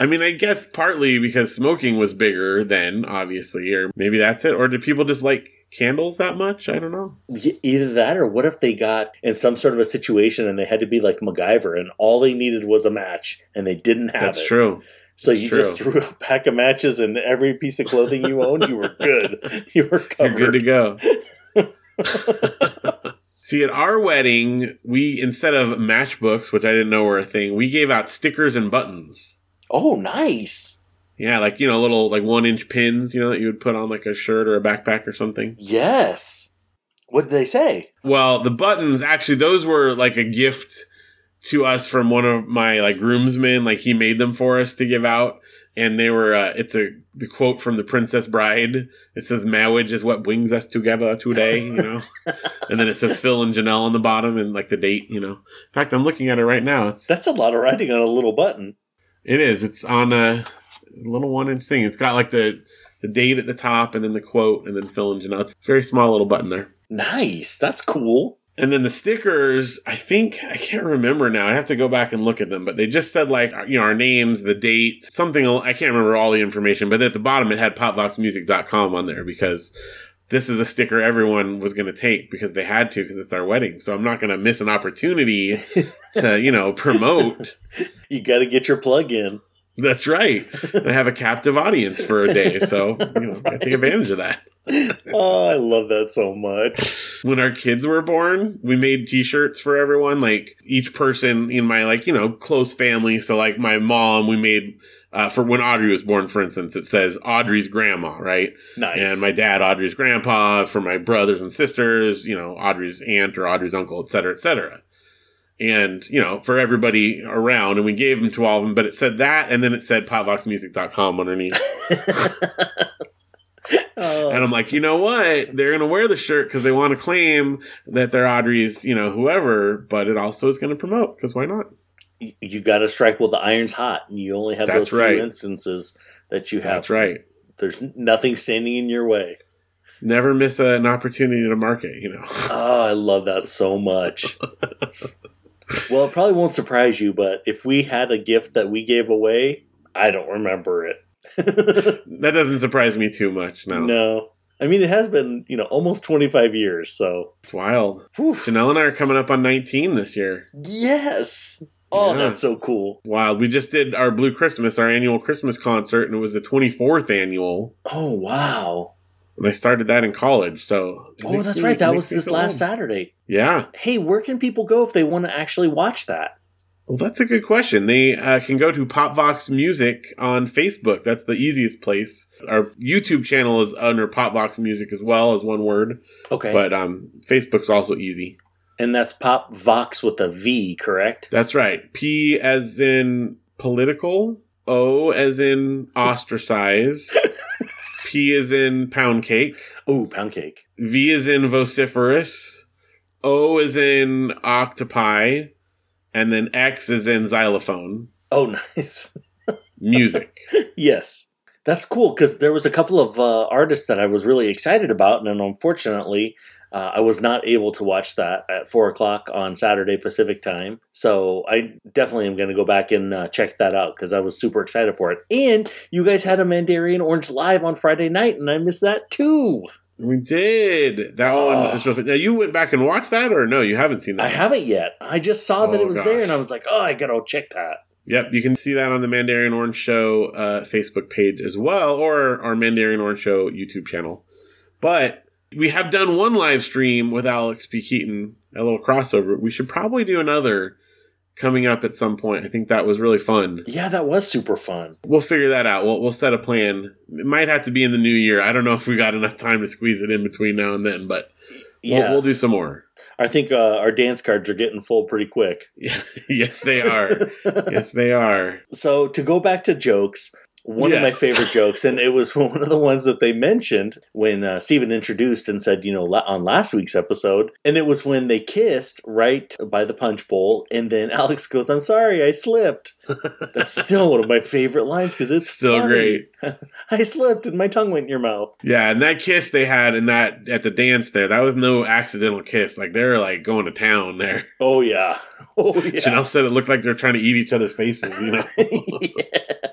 Speaker 2: I mean, I guess partly because smoking was bigger then, obviously, or maybe that's it. Or did people just like candles that much? I don't know.
Speaker 3: Y- Either that, or what if they got in some sort of a situation and they had to be like MacGyver, and all they needed was a match, and they didn't have
Speaker 2: That's
Speaker 3: it.
Speaker 2: true.
Speaker 3: So
Speaker 2: That's
Speaker 3: you just
Speaker 2: true.
Speaker 3: threw a pack of matches, and every piece of clothing you owned, you were
Speaker 2: <laughs>
Speaker 3: good. You were
Speaker 2: You're good
Speaker 3: covered.
Speaker 2: to go. <laughs> See, at our wedding, we instead of matchbooks, which I didn't know were a thing, we gave out stickers and buttons.
Speaker 3: oh, nice.
Speaker 2: Yeah, like you know, little like one inch pins, you know, that you would put on like a shirt or a backpack or something.
Speaker 3: Yes. What did they say?
Speaker 2: Well, the buttons actually those were like a gift to us from one of my like groomsmen. Like he made them for us to give out, and they were uh, it's a the quote from the Princess Bride. It says "Marriage is what brings us together today," you know, and then it says Phil and Janelle on the bottom and like the date, you know. In fact, I'm looking at it right now. It's
Speaker 3: That's a lot of writing on a little button.
Speaker 2: It is. It's on a little one inch thing. It's got like the the date at the top and then the quote and then Phil and Janelle. It's a very small little button there.
Speaker 3: Nice. That's cool.
Speaker 2: And then the stickers, I think I can't remember now. I have to go back and look at them, but they just said like uh, you know our names, the date, something al- I can't remember all the information, but at the bottom it had potlucksmusic.com on there because this is a sticker everyone was going to take because they had to because it's our wedding. So I'm not going to miss an opportunity to, you know, promote
Speaker 3: You got to get your plug
Speaker 2: <laughs>
Speaker 3: in.
Speaker 2: That's right. I have a captive audience for a day, so you know, I take advantage of that.
Speaker 3: Oh, I love that so much.
Speaker 2: When our kids were born, we made T-shirts for everyone. Like each person in my like you know close family. So like my mom, we made uh, for when Audrey was born, for instance, it says Audrey's grandma, right?
Speaker 3: Nice.
Speaker 2: And my dad, Audrey's grandpa. For my brothers and sisters, you know, Audrey's aunt or Audrey's uncle, et cetera, et cetera. and you know for everybody around and we gave them to all of them but it said that and then it said potlucksmusic.com underneath and
Speaker 3: Oh,
Speaker 2: i'm like you know what they're gonna wear the shirt because they want to claim that they're audrey's you know whoever but it also is gonna promote because why not
Speaker 3: you, got to strike while the iron's hot, and you only have
Speaker 2: That's
Speaker 3: those few
Speaker 2: right.
Speaker 3: instances that you have.
Speaker 2: that's right
Speaker 3: There's nothing standing in your way.
Speaker 2: never miss a, an opportunity to market you know <laughs>
Speaker 3: Oh, I love that so much. well, it probably won't surprise you, but if we had a gift that we gave away, I don't remember it. <laughs>
Speaker 2: that doesn't surprise me too much
Speaker 3: no.
Speaker 2: no,
Speaker 3: I mean, it has been, you know, almost 25 years, so.
Speaker 2: it's wild
Speaker 3: Whew.
Speaker 2: janelle and i are coming up on 19 this year
Speaker 3: Yes. Oh,
Speaker 2: Yeah.
Speaker 3: that's so cool.
Speaker 2: wild we just did our blue christmas our annual christmas concert and it was the 24th annual
Speaker 3: Oh, wow.
Speaker 2: and I started that in college. So
Speaker 3: Oh, that's right. That was this last
Speaker 2: Saturday.
Speaker 3: Saturday.
Speaker 2: Yeah.
Speaker 3: Hey, where can people go if they want to actually watch that?
Speaker 2: Well, that's a good question. They uh, can go to Popvox Music on Facebook. That's the easiest place. Our YouTube channel is under Popvox Music as well as one word,
Speaker 3: Okay.
Speaker 2: but um, Facebook's also easy.
Speaker 3: and that's Pop Vox with a V, correct?
Speaker 2: That's right. P as in political. O as in ostracize. P as in pound cake.
Speaker 3: Oh, pound cake.
Speaker 2: V is in vociferous, O is in octopi, and then X is in xylophone.
Speaker 3: Oh, <laughs> nice.
Speaker 2: Music.
Speaker 3: Yes. That's cool because there was a couple of uh, artists that I was really excited about, and then unfortunately, uh, I was not able to watch that at four o'clock on Saturday Pacific time. So I definitely am going to go back and uh, check that out because I was super excited for it. And you guys had a Mandarin Orange live on Friday night, and I missed that too.
Speaker 2: we did. That one is really Now, you went back and watched that, or no, you haven't seen that?
Speaker 3: Ah. I haven't yet. I just saw that
Speaker 2: Oh,
Speaker 3: it was there,
Speaker 2: gosh.
Speaker 3: and I was like, oh, I got to check that.
Speaker 2: Yep, you can see that on the Mandarin Orange Show uh, Facebook page as well, or our Mandarin Orange Show YouTube channel. But we have done one live stream with Alex P. Keaton, a little crossover. We should probably do another coming up at some point. I think that was really fun.
Speaker 3: Yeah, that was super fun.
Speaker 2: We'll figure that out. We'll, we'll set a plan. It might have to be in the new year. I don't know if we got enough time to squeeze it in between now and then, but
Speaker 3: Yeah,
Speaker 2: we'll, we'll do some more.
Speaker 3: I think uh, our dance cards are getting full pretty quick.
Speaker 2: <laughs> yes, they are. yes, they are.
Speaker 3: so to go back to jokes one of my
Speaker 2: Yes.
Speaker 3: favorite jokes and it was <laughs> one of the ones that they mentioned when uh, stephen introduced and said you know la- on last week's episode and it was when they kissed right by the punch bowl and then <laughs> alex goes i'm sorry i slipped that's still one of my favorite lines because <laughs> it's
Speaker 2: Still
Speaker 3: funny.
Speaker 2: great.
Speaker 3: i slipped and my tongue went in your mouth
Speaker 2: Yeah, and that kiss they had in that at the dance there, that was no accidental kiss. Like they're like going to town there. <laughs>
Speaker 3: oh yeah <laughs> oh yeah <laughs>
Speaker 2: Chanel said it looked like they're trying to eat each other's faces, you know.
Speaker 3: <laughs>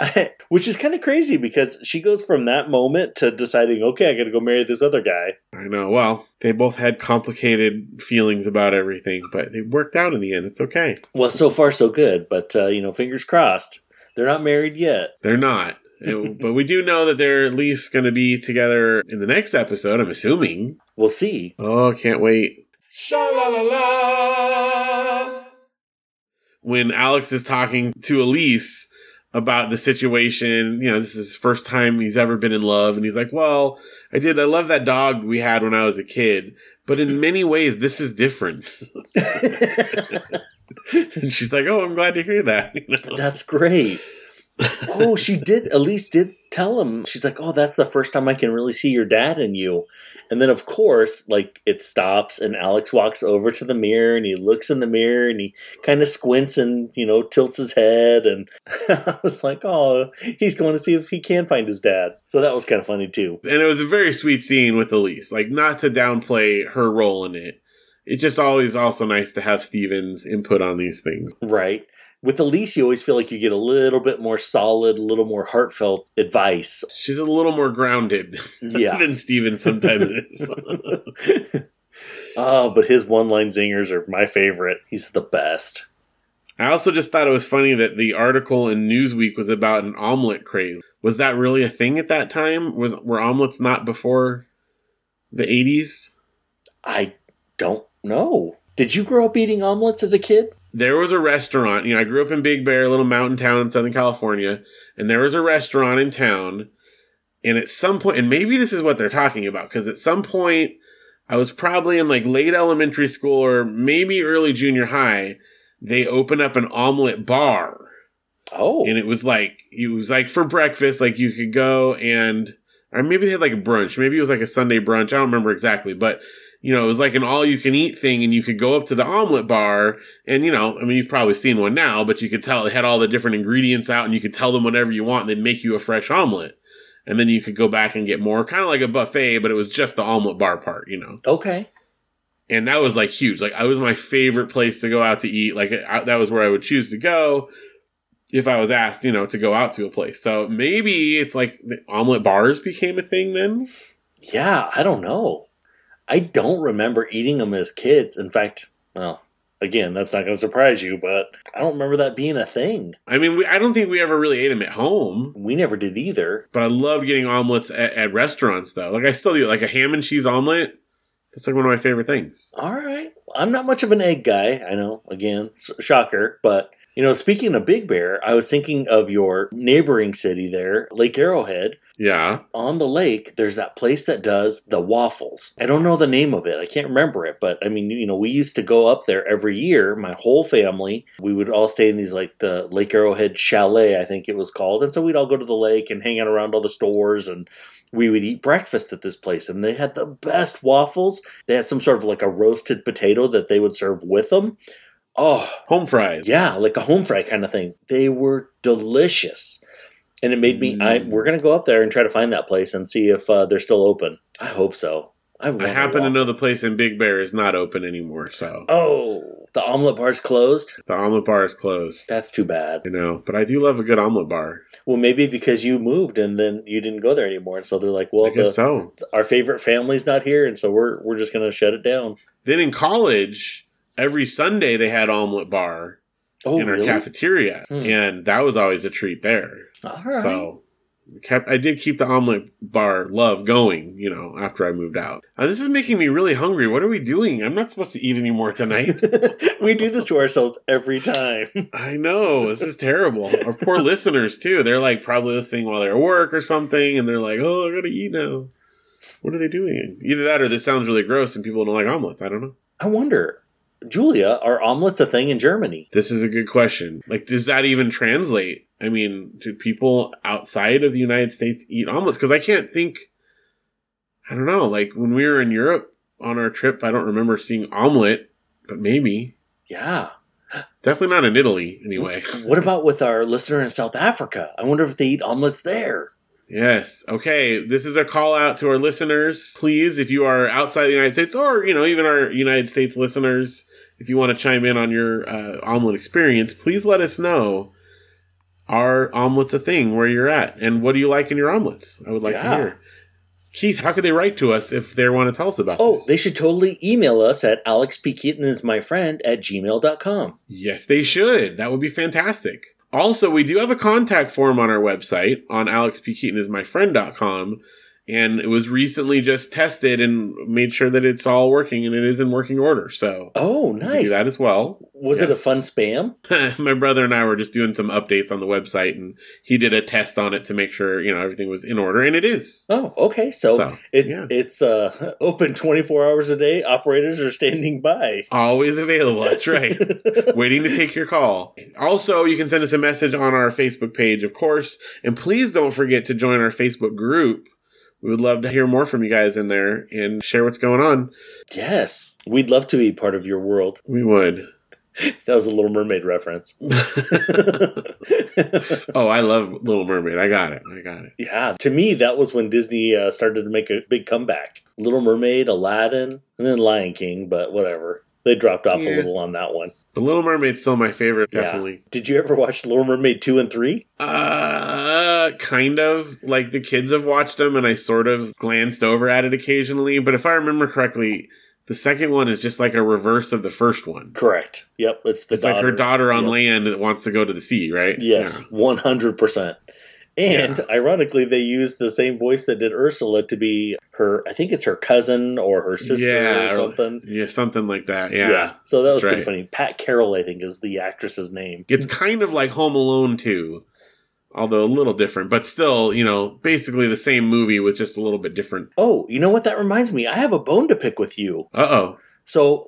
Speaker 3: I- which is kind of crazy because she goes from that moment to deciding okay i gotta go marry this other guy
Speaker 2: I know. Well, they both had complicated feelings about everything, but it worked out in the end. It's okay.
Speaker 3: Well, so far so good, but uh, you know, fingers crossed. They're not married yet. <laughs>
Speaker 2: They're not. It- but we do know that they're at least going to be together in the next episode, I'm assuming.
Speaker 3: We'll
Speaker 2: <laughs>
Speaker 3: see.
Speaker 2: Oh, can't wait.
Speaker 1: Sha la la la.
Speaker 2: When Alex is talking to Elise about the situation, you know, this is his first time he's ever been in love. And he's like, Well, I did. I love that dog we had when I was a kid. But in many ways, this is different. <laughs> and she's like, Oh, I'm glad to hear that. <laughs> You know?
Speaker 3: That's great. oh, she did. Elise did tell him. She's like, "Oh, that's the first time I can really see your dad in you." And then, of course, like it stops, and Alex walks over to the mirror, and he looks in the mirror, and he kind of squints and you know tilts his head, and <laughs> I was like, "Oh, he's going to see if he can find his dad." So that was kind of funny too.
Speaker 2: and it was a very sweet scene with Elise. Like, not to downplay her role in it. It's just always also nice to have Steven's input on these things.
Speaker 3: Right. With Elise, you always feel like you get a little bit more solid, a little more heartfelt advice.
Speaker 2: She's a little more grounded <laughs>
Speaker 3: Yeah. <laughs>
Speaker 2: than Steven sometimes is.
Speaker 3: oh, but his one line zingers are my favorite. He's the best.
Speaker 2: <laughs> I also just thought it was funny that the article in Newsweek was about an omelet craze. Was that really a thing at that time? Was were omelets not before the 80s?
Speaker 3: I don't know. Did you grow up eating omelets as a kid?
Speaker 2: there was a restaurant. You know, I grew up in Big Bear, a little mountain town in Southern California, and there was a restaurant in town. And at some point, and maybe this is what they're talking about, because at some point, I was probably in like late elementary school or maybe early junior high. They opened up an omelet bar
Speaker 3: Oh,
Speaker 2: and it was like it was like for breakfast like you could go and or maybe they had like a brunch maybe it was like a sunday brunch i don't remember exactly but you know it was like an all you can eat thing and you could go up to the omelet bar and you know i mean you've probably seen one now but you could tell it had all the different ingredients out and you could tell them whatever you want and they'd make you a fresh omelet and then you could go back and get more kind of like a buffet but it was just the omelet bar part you know
Speaker 3: okay.
Speaker 2: and that was like huge. Like I was my favorite place to go out to eat. Like I, that was where I would choose to go if I was asked, you know, to go out to a place. So maybe it's like the omelet bars became a thing then.
Speaker 3: Yeah, I don't know. I don't remember eating them as kids. In fact, well, again, that's not going to surprise you, but I don't remember that being a thing.
Speaker 2: I mean, we, I don't think we ever really ate them at home,
Speaker 3: We never did either.
Speaker 2: but I love getting omelets at, at restaurants though. Like I still do, like a ham and cheese omelet. That's like one of my favorite things.
Speaker 3: All right. I'm not much of an egg guy. I know, again, s- shocker. But, you know, speaking of Big Bear, I was thinking of your neighboring city there, Lake Arrowhead.
Speaker 2: Yeah.
Speaker 3: On the lake, there's that place that does the waffles. I don't know the name of it. I can't remember it. But, I mean, you know, we used to go up there every year, my whole family. We would all stay in these, like, the Lake Arrowhead Chalet, I think it was called. And so we'd all go to the lake and hang out around all the stores and we would eat breakfast at this place and they had the best waffles. They had some sort of like a roasted potato that they would serve with them. Oh,
Speaker 2: Home fries.
Speaker 3: yeah, like a home fry kind of thing. They were delicious. And it made me I
Speaker 2: Mm.
Speaker 3: we're going to go up there and try to find that place and see if uh, they're still open. I hope so. I, want
Speaker 2: I
Speaker 3: a
Speaker 2: happen to
Speaker 3: waffle.
Speaker 2: know the place in Big Bear is not open anymore, so
Speaker 3: Oh, the omelet bar's closed.
Speaker 2: the omelet bar is closed.
Speaker 3: That's too bad.
Speaker 2: You know, but I do love a good omelet bar.
Speaker 3: Well, maybe because you moved and then you didn't go there anymore and so they're like, well,
Speaker 2: I guess
Speaker 3: the,
Speaker 2: so.
Speaker 3: our favorite family's not here and so we're we're just going to shut it down.
Speaker 2: Then in college, every Sunday they had omelet bar
Speaker 3: Oh,
Speaker 2: in our
Speaker 3: really?
Speaker 2: cafeteria,
Speaker 3: Hmm.
Speaker 2: and that was always a treat there.
Speaker 3: All right.
Speaker 2: So kept I did keep the omelet bar love going, you know, after I moved out. Uh, this is making me really hungry. What are we doing? I'm not supposed to eat
Speaker 3: <laughs>
Speaker 2: anymore tonight.
Speaker 3: we do this to ourselves every time. <laughs>
Speaker 2: I know this is terrible. Our poor listeners too. They're like probably listening while they're at work or something, and they're like, "Oh, I gotta eat now." What are they doing? Either that, or this sounds really gross, and people don't like omelets. I don't know.
Speaker 3: I wonder, Julia, are omelets a thing in Germany?
Speaker 2: This is a good question. Like, does that even translate? I mean, do people outside of the United States eat omelets? Because I can't think. I don't know. Like when we were in Europe on our trip, I don't remember seeing omelet, but maybe
Speaker 3: Yeah.
Speaker 2: definitely not in Italy anyway.
Speaker 3: What about with our listener in South Africa? I wonder if they eat omelets there.
Speaker 2: Yes. Okay. This is a call out to our listeners. Please, if you are outside the United States or, you know, even our United States listeners, if you want to chime in on your uh, omelet experience, please let us know. Are omelets a thing where you're at? And what do you like in your omelets? I would like
Speaker 3: Yeah.
Speaker 2: to hear. Keith, how could they write to us if they want to tell us about
Speaker 3: Oh,
Speaker 2: this?
Speaker 3: they should totally email us at alexpkeatonismyfriend at gmail.com.
Speaker 2: Yes, they should. That would be fantastic. Also, we do have a contact form on our website on alexpkeatonismyfriend.com. And it was recently just tested and made sure that it's all working and it is in working order. So
Speaker 3: Oh,
Speaker 2: you can do
Speaker 3: nice.
Speaker 2: that as well. <laughs>
Speaker 3: Was it a
Speaker 2: Yes.
Speaker 3: fun spam?
Speaker 2: My brother and I were just doing some updates on the website and he did a test on it to make sure, you know, everything was in order and it is.
Speaker 3: Oh, okay. So, it,
Speaker 2: yeah.
Speaker 3: it's uh, <laughs> open 24 hours a day. Operators are standing by.
Speaker 2: Always available. That's right. waiting to take your call. Also, you can send us a message on our Facebook page, of course. And please don't forget to join our Facebook group. We would love to hear more from you guys in there and share what's going on.
Speaker 3: <laughs> yes. We'd love to be part of your world.
Speaker 2: We would.
Speaker 3: That was a Little Mermaid reference. <laughs>
Speaker 2: Oh, I love Little Mermaid. I got it. I got it.
Speaker 3: yeah, to me, that was when Disney uh, started to make a big comeback. Little Mermaid, Aladdin, and then Lion King, but whatever. They dropped off
Speaker 2: Yeah.
Speaker 3: a little on that one.
Speaker 2: But Little Mermaid's still my favorite,
Speaker 3: Yeah.
Speaker 2: definitely.
Speaker 3: Did you ever watch Little Mermaid 2 and 3?
Speaker 2: Uh, kind of like the kids have watched them, and I sort of glanced over at it occasionally. But if I remember correctly, the second one is just like a reverse of the first one.
Speaker 3: Correct. Yep, it's the
Speaker 2: It's like her daughter on
Speaker 3: Yep.
Speaker 2: land that wants to go to the sea, right?
Speaker 3: Yes,
Speaker 2: Yeah.
Speaker 3: 100%. And
Speaker 2: Yeah.
Speaker 3: ironically, they used the same voice that did Ursula to be her, I think it's her cousin or her sister
Speaker 2: Yeah,
Speaker 3: or
Speaker 2: or-
Speaker 3: something.
Speaker 2: Yeah, something like that. Yeah.
Speaker 3: So that was
Speaker 2: That's
Speaker 3: pretty
Speaker 2: right.
Speaker 3: funny. Pat Carroll, I think, is the actress's name.
Speaker 2: It's kind of like Home Alone 2, although a little different, but still, you know, basically the same movie with just a little bit different.
Speaker 3: Oh, you know what? That reminds me. I have a bone to pick with you.
Speaker 2: Uh oh.
Speaker 3: So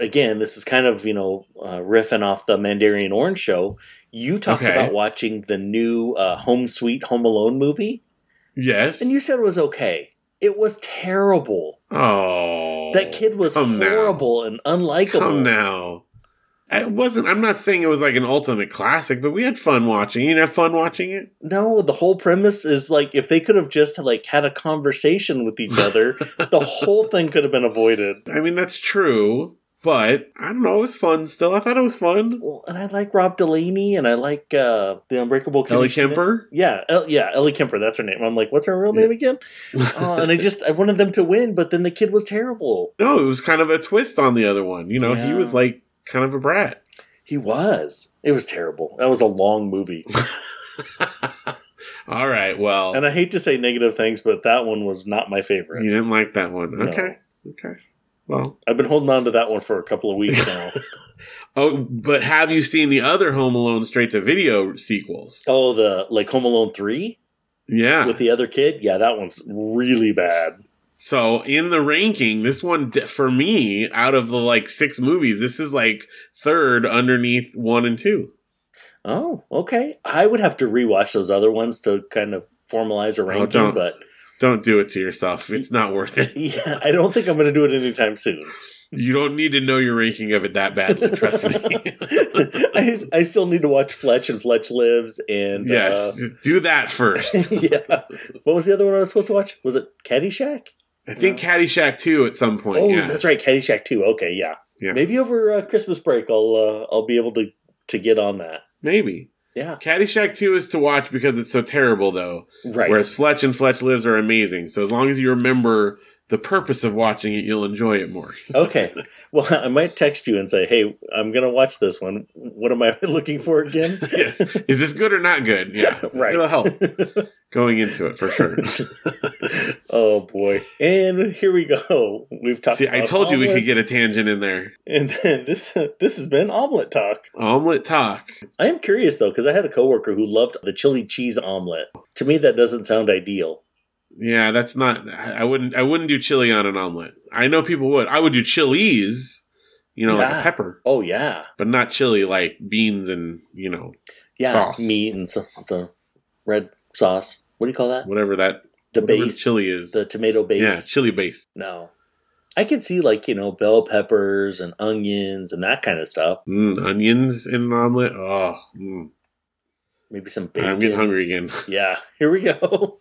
Speaker 3: again, this is kind of you know uh, riffing off the Mandarin Orange show. You talked
Speaker 2: Okay.
Speaker 3: about watching the new uh, Home Sweet Home Alone movie,
Speaker 2: Yes.
Speaker 3: and you said it was okay. It was terrible.
Speaker 2: oh,
Speaker 3: that kid was
Speaker 2: come now.
Speaker 3: horrible and unlikable.
Speaker 2: Come now. It wasn't. I'm not saying it was like an ultimate classic, but we had fun watching. You didn't have fun watching it.
Speaker 3: No, the whole premise is like if they could have just like had a conversation with each
Speaker 2: <laughs>
Speaker 3: other, the whole thing could have been avoided.
Speaker 2: I mean, that's true, but I don't know. It was fun. Still, I thought it was fun.
Speaker 3: Well, and I like Rob Delaney, and I like uh, the Unbreakable Kimmy
Speaker 2: Ellie
Speaker 3: Schmidt.
Speaker 2: Kemper.
Speaker 3: Yeah, El- yeah, Ellie Kemper. That's her name. I'm like, what's her real name again? uh, and I just I wanted them to win, but then the kid was terrible.
Speaker 2: No, it was kind of a twist on the other one. You know, he
Speaker 3: Yeah.
Speaker 2: was like kind of a brat.
Speaker 3: He was. It was terrible. That was a long movie,
Speaker 2: All right. Well,
Speaker 3: and I hate to say negative things, but that one was not my favorite.
Speaker 2: you didn't like that one.
Speaker 3: No.
Speaker 2: Okay. Okay. Well,
Speaker 3: I've been holding on to that one for a couple of weeks now.
Speaker 2: oh, but have you seen the other Home Alone straight to video sequels?
Speaker 3: oh, the like Home Alone three
Speaker 2: yeah.
Speaker 3: with the other kid. Yeah, that one's really bad.
Speaker 2: So in the ranking, this one d- for me out of the like six movies, this is like third underneath one and two.
Speaker 3: Oh, okay. I would have to rewatch those other ones to kind of formalize a ranking,
Speaker 2: don't.
Speaker 3: but <laughs>
Speaker 2: Don't do it to yourself. It's not worth it.
Speaker 3: yeah, I don't think I'm going to do it anytime soon.
Speaker 2: You don't need to know your ranking of it that badly. Trust me.
Speaker 3: I, <laughs> I still need to watch Fletch and Fletch Lives and
Speaker 2: yes, do that first.
Speaker 3: uh, <laughs> yeah. What was the other one I was supposed to watch? Was it Caddyshack?
Speaker 2: I think Caddyshack two at some point.
Speaker 3: oh,
Speaker 2: yeah.
Speaker 3: that's right, Caddyshack too. Okay, yeah.
Speaker 2: Yeah.
Speaker 3: Maybe over uh, Christmas break, I'll uh, I'll be able to to get on that.
Speaker 2: maybe
Speaker 3: Yeah,
Speaker 2: Caddyshack two is to watch because it's so terrible though.
Speaker 3: right.
Speaker 2: Whereas Fletch and Fletch Lives are amazing. So as long as you remember the purpose of watching it, you'll enjoy
Speaker 3: <laughs>
Speaker 2: it more.
Speaker 3: <laughs> okay. Well, I might text you and say, "Hey, I'm gonna watch this one. What am I <laughs> looking for
Speaker 2: <laughs>
Speaker 3: again?"
Speaker 2: yes. Is this good or not good? Yeah.
Speaker 3: <laughs> Right.
Speaker 2: It'll help going into it for sure.
Speaker 3: Oh boy! And here we go. We've talked.
Speaker 2: See, I
Speaker 3: about
Speaker 2: told you we could
Speaker 3: omelets,
Speaker 2: get a tangent in there.
Speaker 3: And then this this has been omelet talk.
Speaker 2: Omelet talk.
Speaker 3: I am curious though, because I had a coworker who loved the chili cheese omelet. To me, that doesn't sound ideal.
Speaker 2: Yeah, that's not. I I wouldn't. I wouldn't do chili on an omelet. I know people would. I would do chilies. You know, like
Speaker 3: Yeah.
Speaker 2: a pepper,
Speaker 3: Oh yeah,
Speaker 2: but not chili like beans and you know
Speaker 3: yeah,
Speaker 2: Sauce.
Speaker 3: meat and so, the red sauce. What do you call that?
Speaker 2: whatever that
Speaker 3: The
Speaker 2: whatever
Speaker 3: base,
Speaker 2: chili is.
Speaker 3: the tomato base.
Speaker 2: Yeah, chili base.
Speaker 3: No, I can see like you know bell peppers and onions and that kind of stuff.
Speaker 2: Mm, onions in an omelet. Oh, mm.
Speaker 3: Maybe some bacon.
Speaker 2: I'm getting hungry again. <laughs>
Speaker 3: Yeah, <laughs> here we go.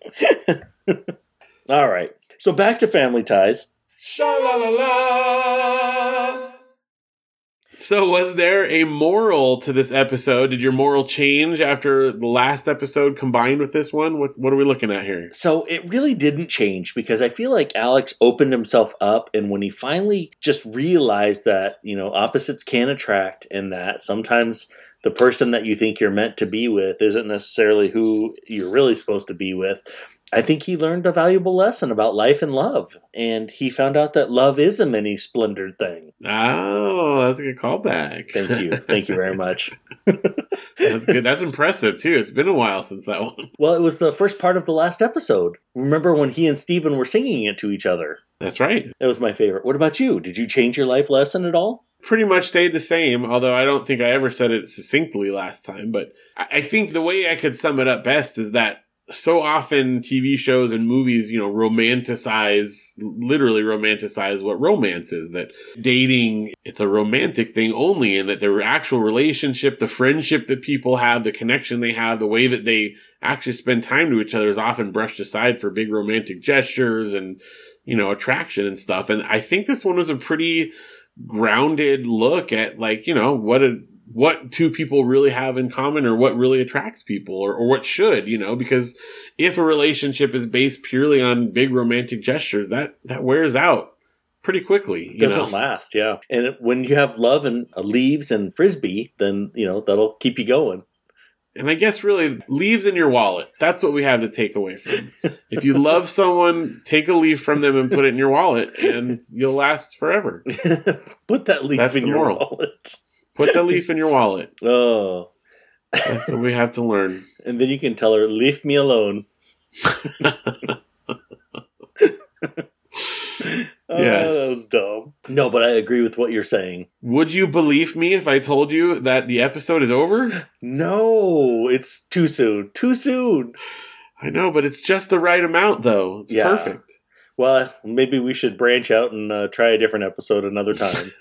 Speaker 3: All right. So back to family ties.
Speaker 1: sha la la la.
Speaker 2: So, was there a moral to this episode? Did your moral change after the last episode combined with this one? What What are we looking at here?
Speaker 3: So it really didn't change because I feel like Alex opened himself up. And when he finally just realized that, you know, opposites can attract and that sometimes the person that you think you're meant to be with isn't necessarily who you're really supposed to be with, I think he learned a valuable lesson about life and love. And he found out that love isn't any splendid thing.
Speaker 2: Oh, that's a good callback. <laughs>
Speaker 3: Thank you. Thank you very much.
Speaker 2: that's good. That's impressive too. It's been a while since that one.
Speaker 3: Well, it was the first part of the last episode. Remember when he and Steven were singing it to each other?
Speaker 2: That's right.
Speaker 3: That was my favorite. What about you? Did you change your life lesson at all?
Speaker 2: Pretty much stayed the same, although I don't think I ever said it succinctly last time. But I I think the way I could sum it up best is that so often TV shows and movies, you know, romanticize, literally romanticize what romance is that dating, it's a romantic thing only, and that their actual relationship, the friendship that people have, the connection they have, the way that they actually spend time to each other is often brushed aside for big romantic gestures and, you know, attraction and stuff. And I think this one was a pretty grounded look at like, you know, what a, what two people really have in common or what really attracts people or, or what should, you know, because if a relationship is based purely on big romantic gestures, that, that wears out pretty quickly. You
Speaker 3: Doesn't
Speaker 2: know?
Speaker 3: last, yeah. And it- when you have love and uh, leaves and frisbee, then you know that'll keep you going. <laughs>
Speaker 2: And I guess really leaves in your wallet. That's what we have to take away from. if you love someone, take a leaf from them and put it in your wallet and you'll last forever.
Speaker 3: Put that leaf
Speaker 2: That's
Speaker 3: in
Speaker 2: the
Speaker 3: your
Speaker 2: moral.
Speaker 3: wallet.
Speaker 2: Put the leaf in your wallet.
Speaker 3: Oh,
Speaker 2: That's what we have to learn.
Speaker 3: and then you can tell her, "Leave me alone." <laughs> Oh, that was dumb. No, but I agree with what you're saying.
Speaker 2: Would you believe me if I told you that the episode is over?
Speaker 3: No, it's too soon. Too soon.
Speaker 2: I know, but it's just the right amount, though. It's
Speaker 3: Yeah.
Speaker 2: perfect.
Speaker 3: Well, maybe we should branch out and uh, try a different episode another time.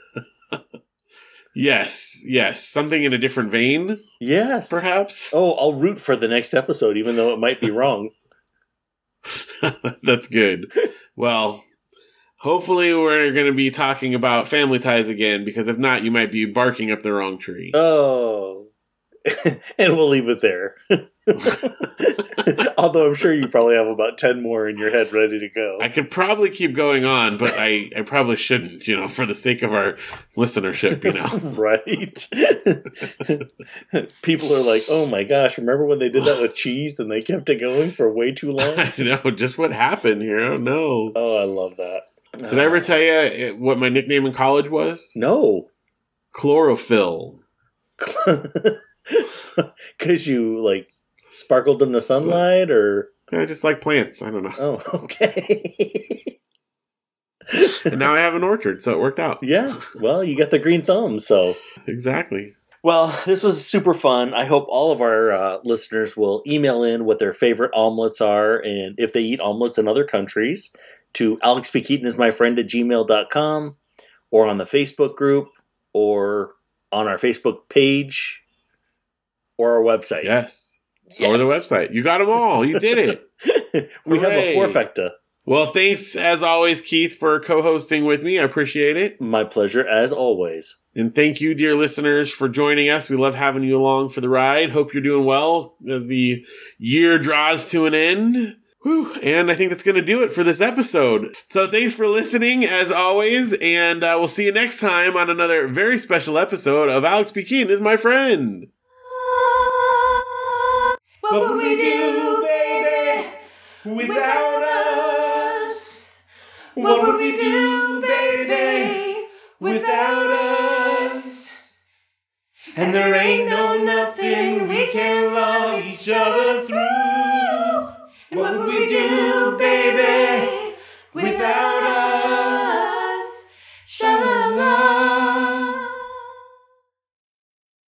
Speaker 2: Yes, yes. Something in a different vein,
Speaker 3: yes.
Speaker 2: perhaps.
Speaker 3: Oh, I'll root for the next episode, even though it might be
Speaker 2: <laughs>
Speaker 3: wrong.
Speaker 2: That's good. well, hopefully, we're going to be talking about family ties again, because if not, you might be barking up the wrong tree.
Speaker 3: oh. <laughs> and we'll leave it there. <laughs> Although I'm sure you probably have about 10 more in your head ready to go. <laughs>
Speaker 2: I could probably keep going on, but I, I probably shouldn't, you know, for the sake of our listenership, you
Speaker 3: <laughs>
Speaker 2: know. <laughs>
Speaker 3: right. People are like, oh my gosh, remember when they did that with cheese and they kept it going for way too
Speaker 2: <laughs>
Speaker 3: long?
Speaker 2: I know just what happened here. Oh, no.
Speaker 3: Oh, I love that.
Speaker 2: Did I ever tell you it- what my nickname in college was?
Speaker 3: <sighs> No. <laughs>
Speaker 2: Chlorophyll.
Speaker 3: Because you like sparkled in the sunlight or.
Speaker 2: I just like plants. I
Speaker 3: <laughs>
Speaker 2: don't know.
Speaker 3: Oh, okay.
Speaker 2: And now I have an orchard, so it worked out.
Speaker 3: yeah. Well, you got the green thumb, so.
Speaker 2: Exactly.
Speaker 3: Well, this was super fun. I hope all of our uh, listeners will email in what their favorite omelets are and if they eat omelets in other countries to alexpkeatonismyfriend at gmail.com or on the Facebook group or on our Facebook page or our website.
Speaker 2: Yes. Or the
Speaker 3: Yes.
Speaker 2: website. You got them all. You did it.
Speaker 3: <laughs> we have a
Speaker 2: Hooray.
Speaker 3: forfecta.
Speaker 2: well, thanks as always, Keith, for co hosting with me. I appreciate it.
Speaker 3: My pleasure as always.
Speaker 2: And thank you, dear listeners, for joining us. We love having you along for the ride. Hope you're doing well as the year draws to an end. Whew. And I think that's going to do it for this episode. So thanks for listening, as always. And uh, we'll see you next time on another very special episode of Alex P. Keaton is my friend.
Speaker 1: What would we do, baby, without us? What would we do, baby, without us? And there ain't no nothing we can love each other through.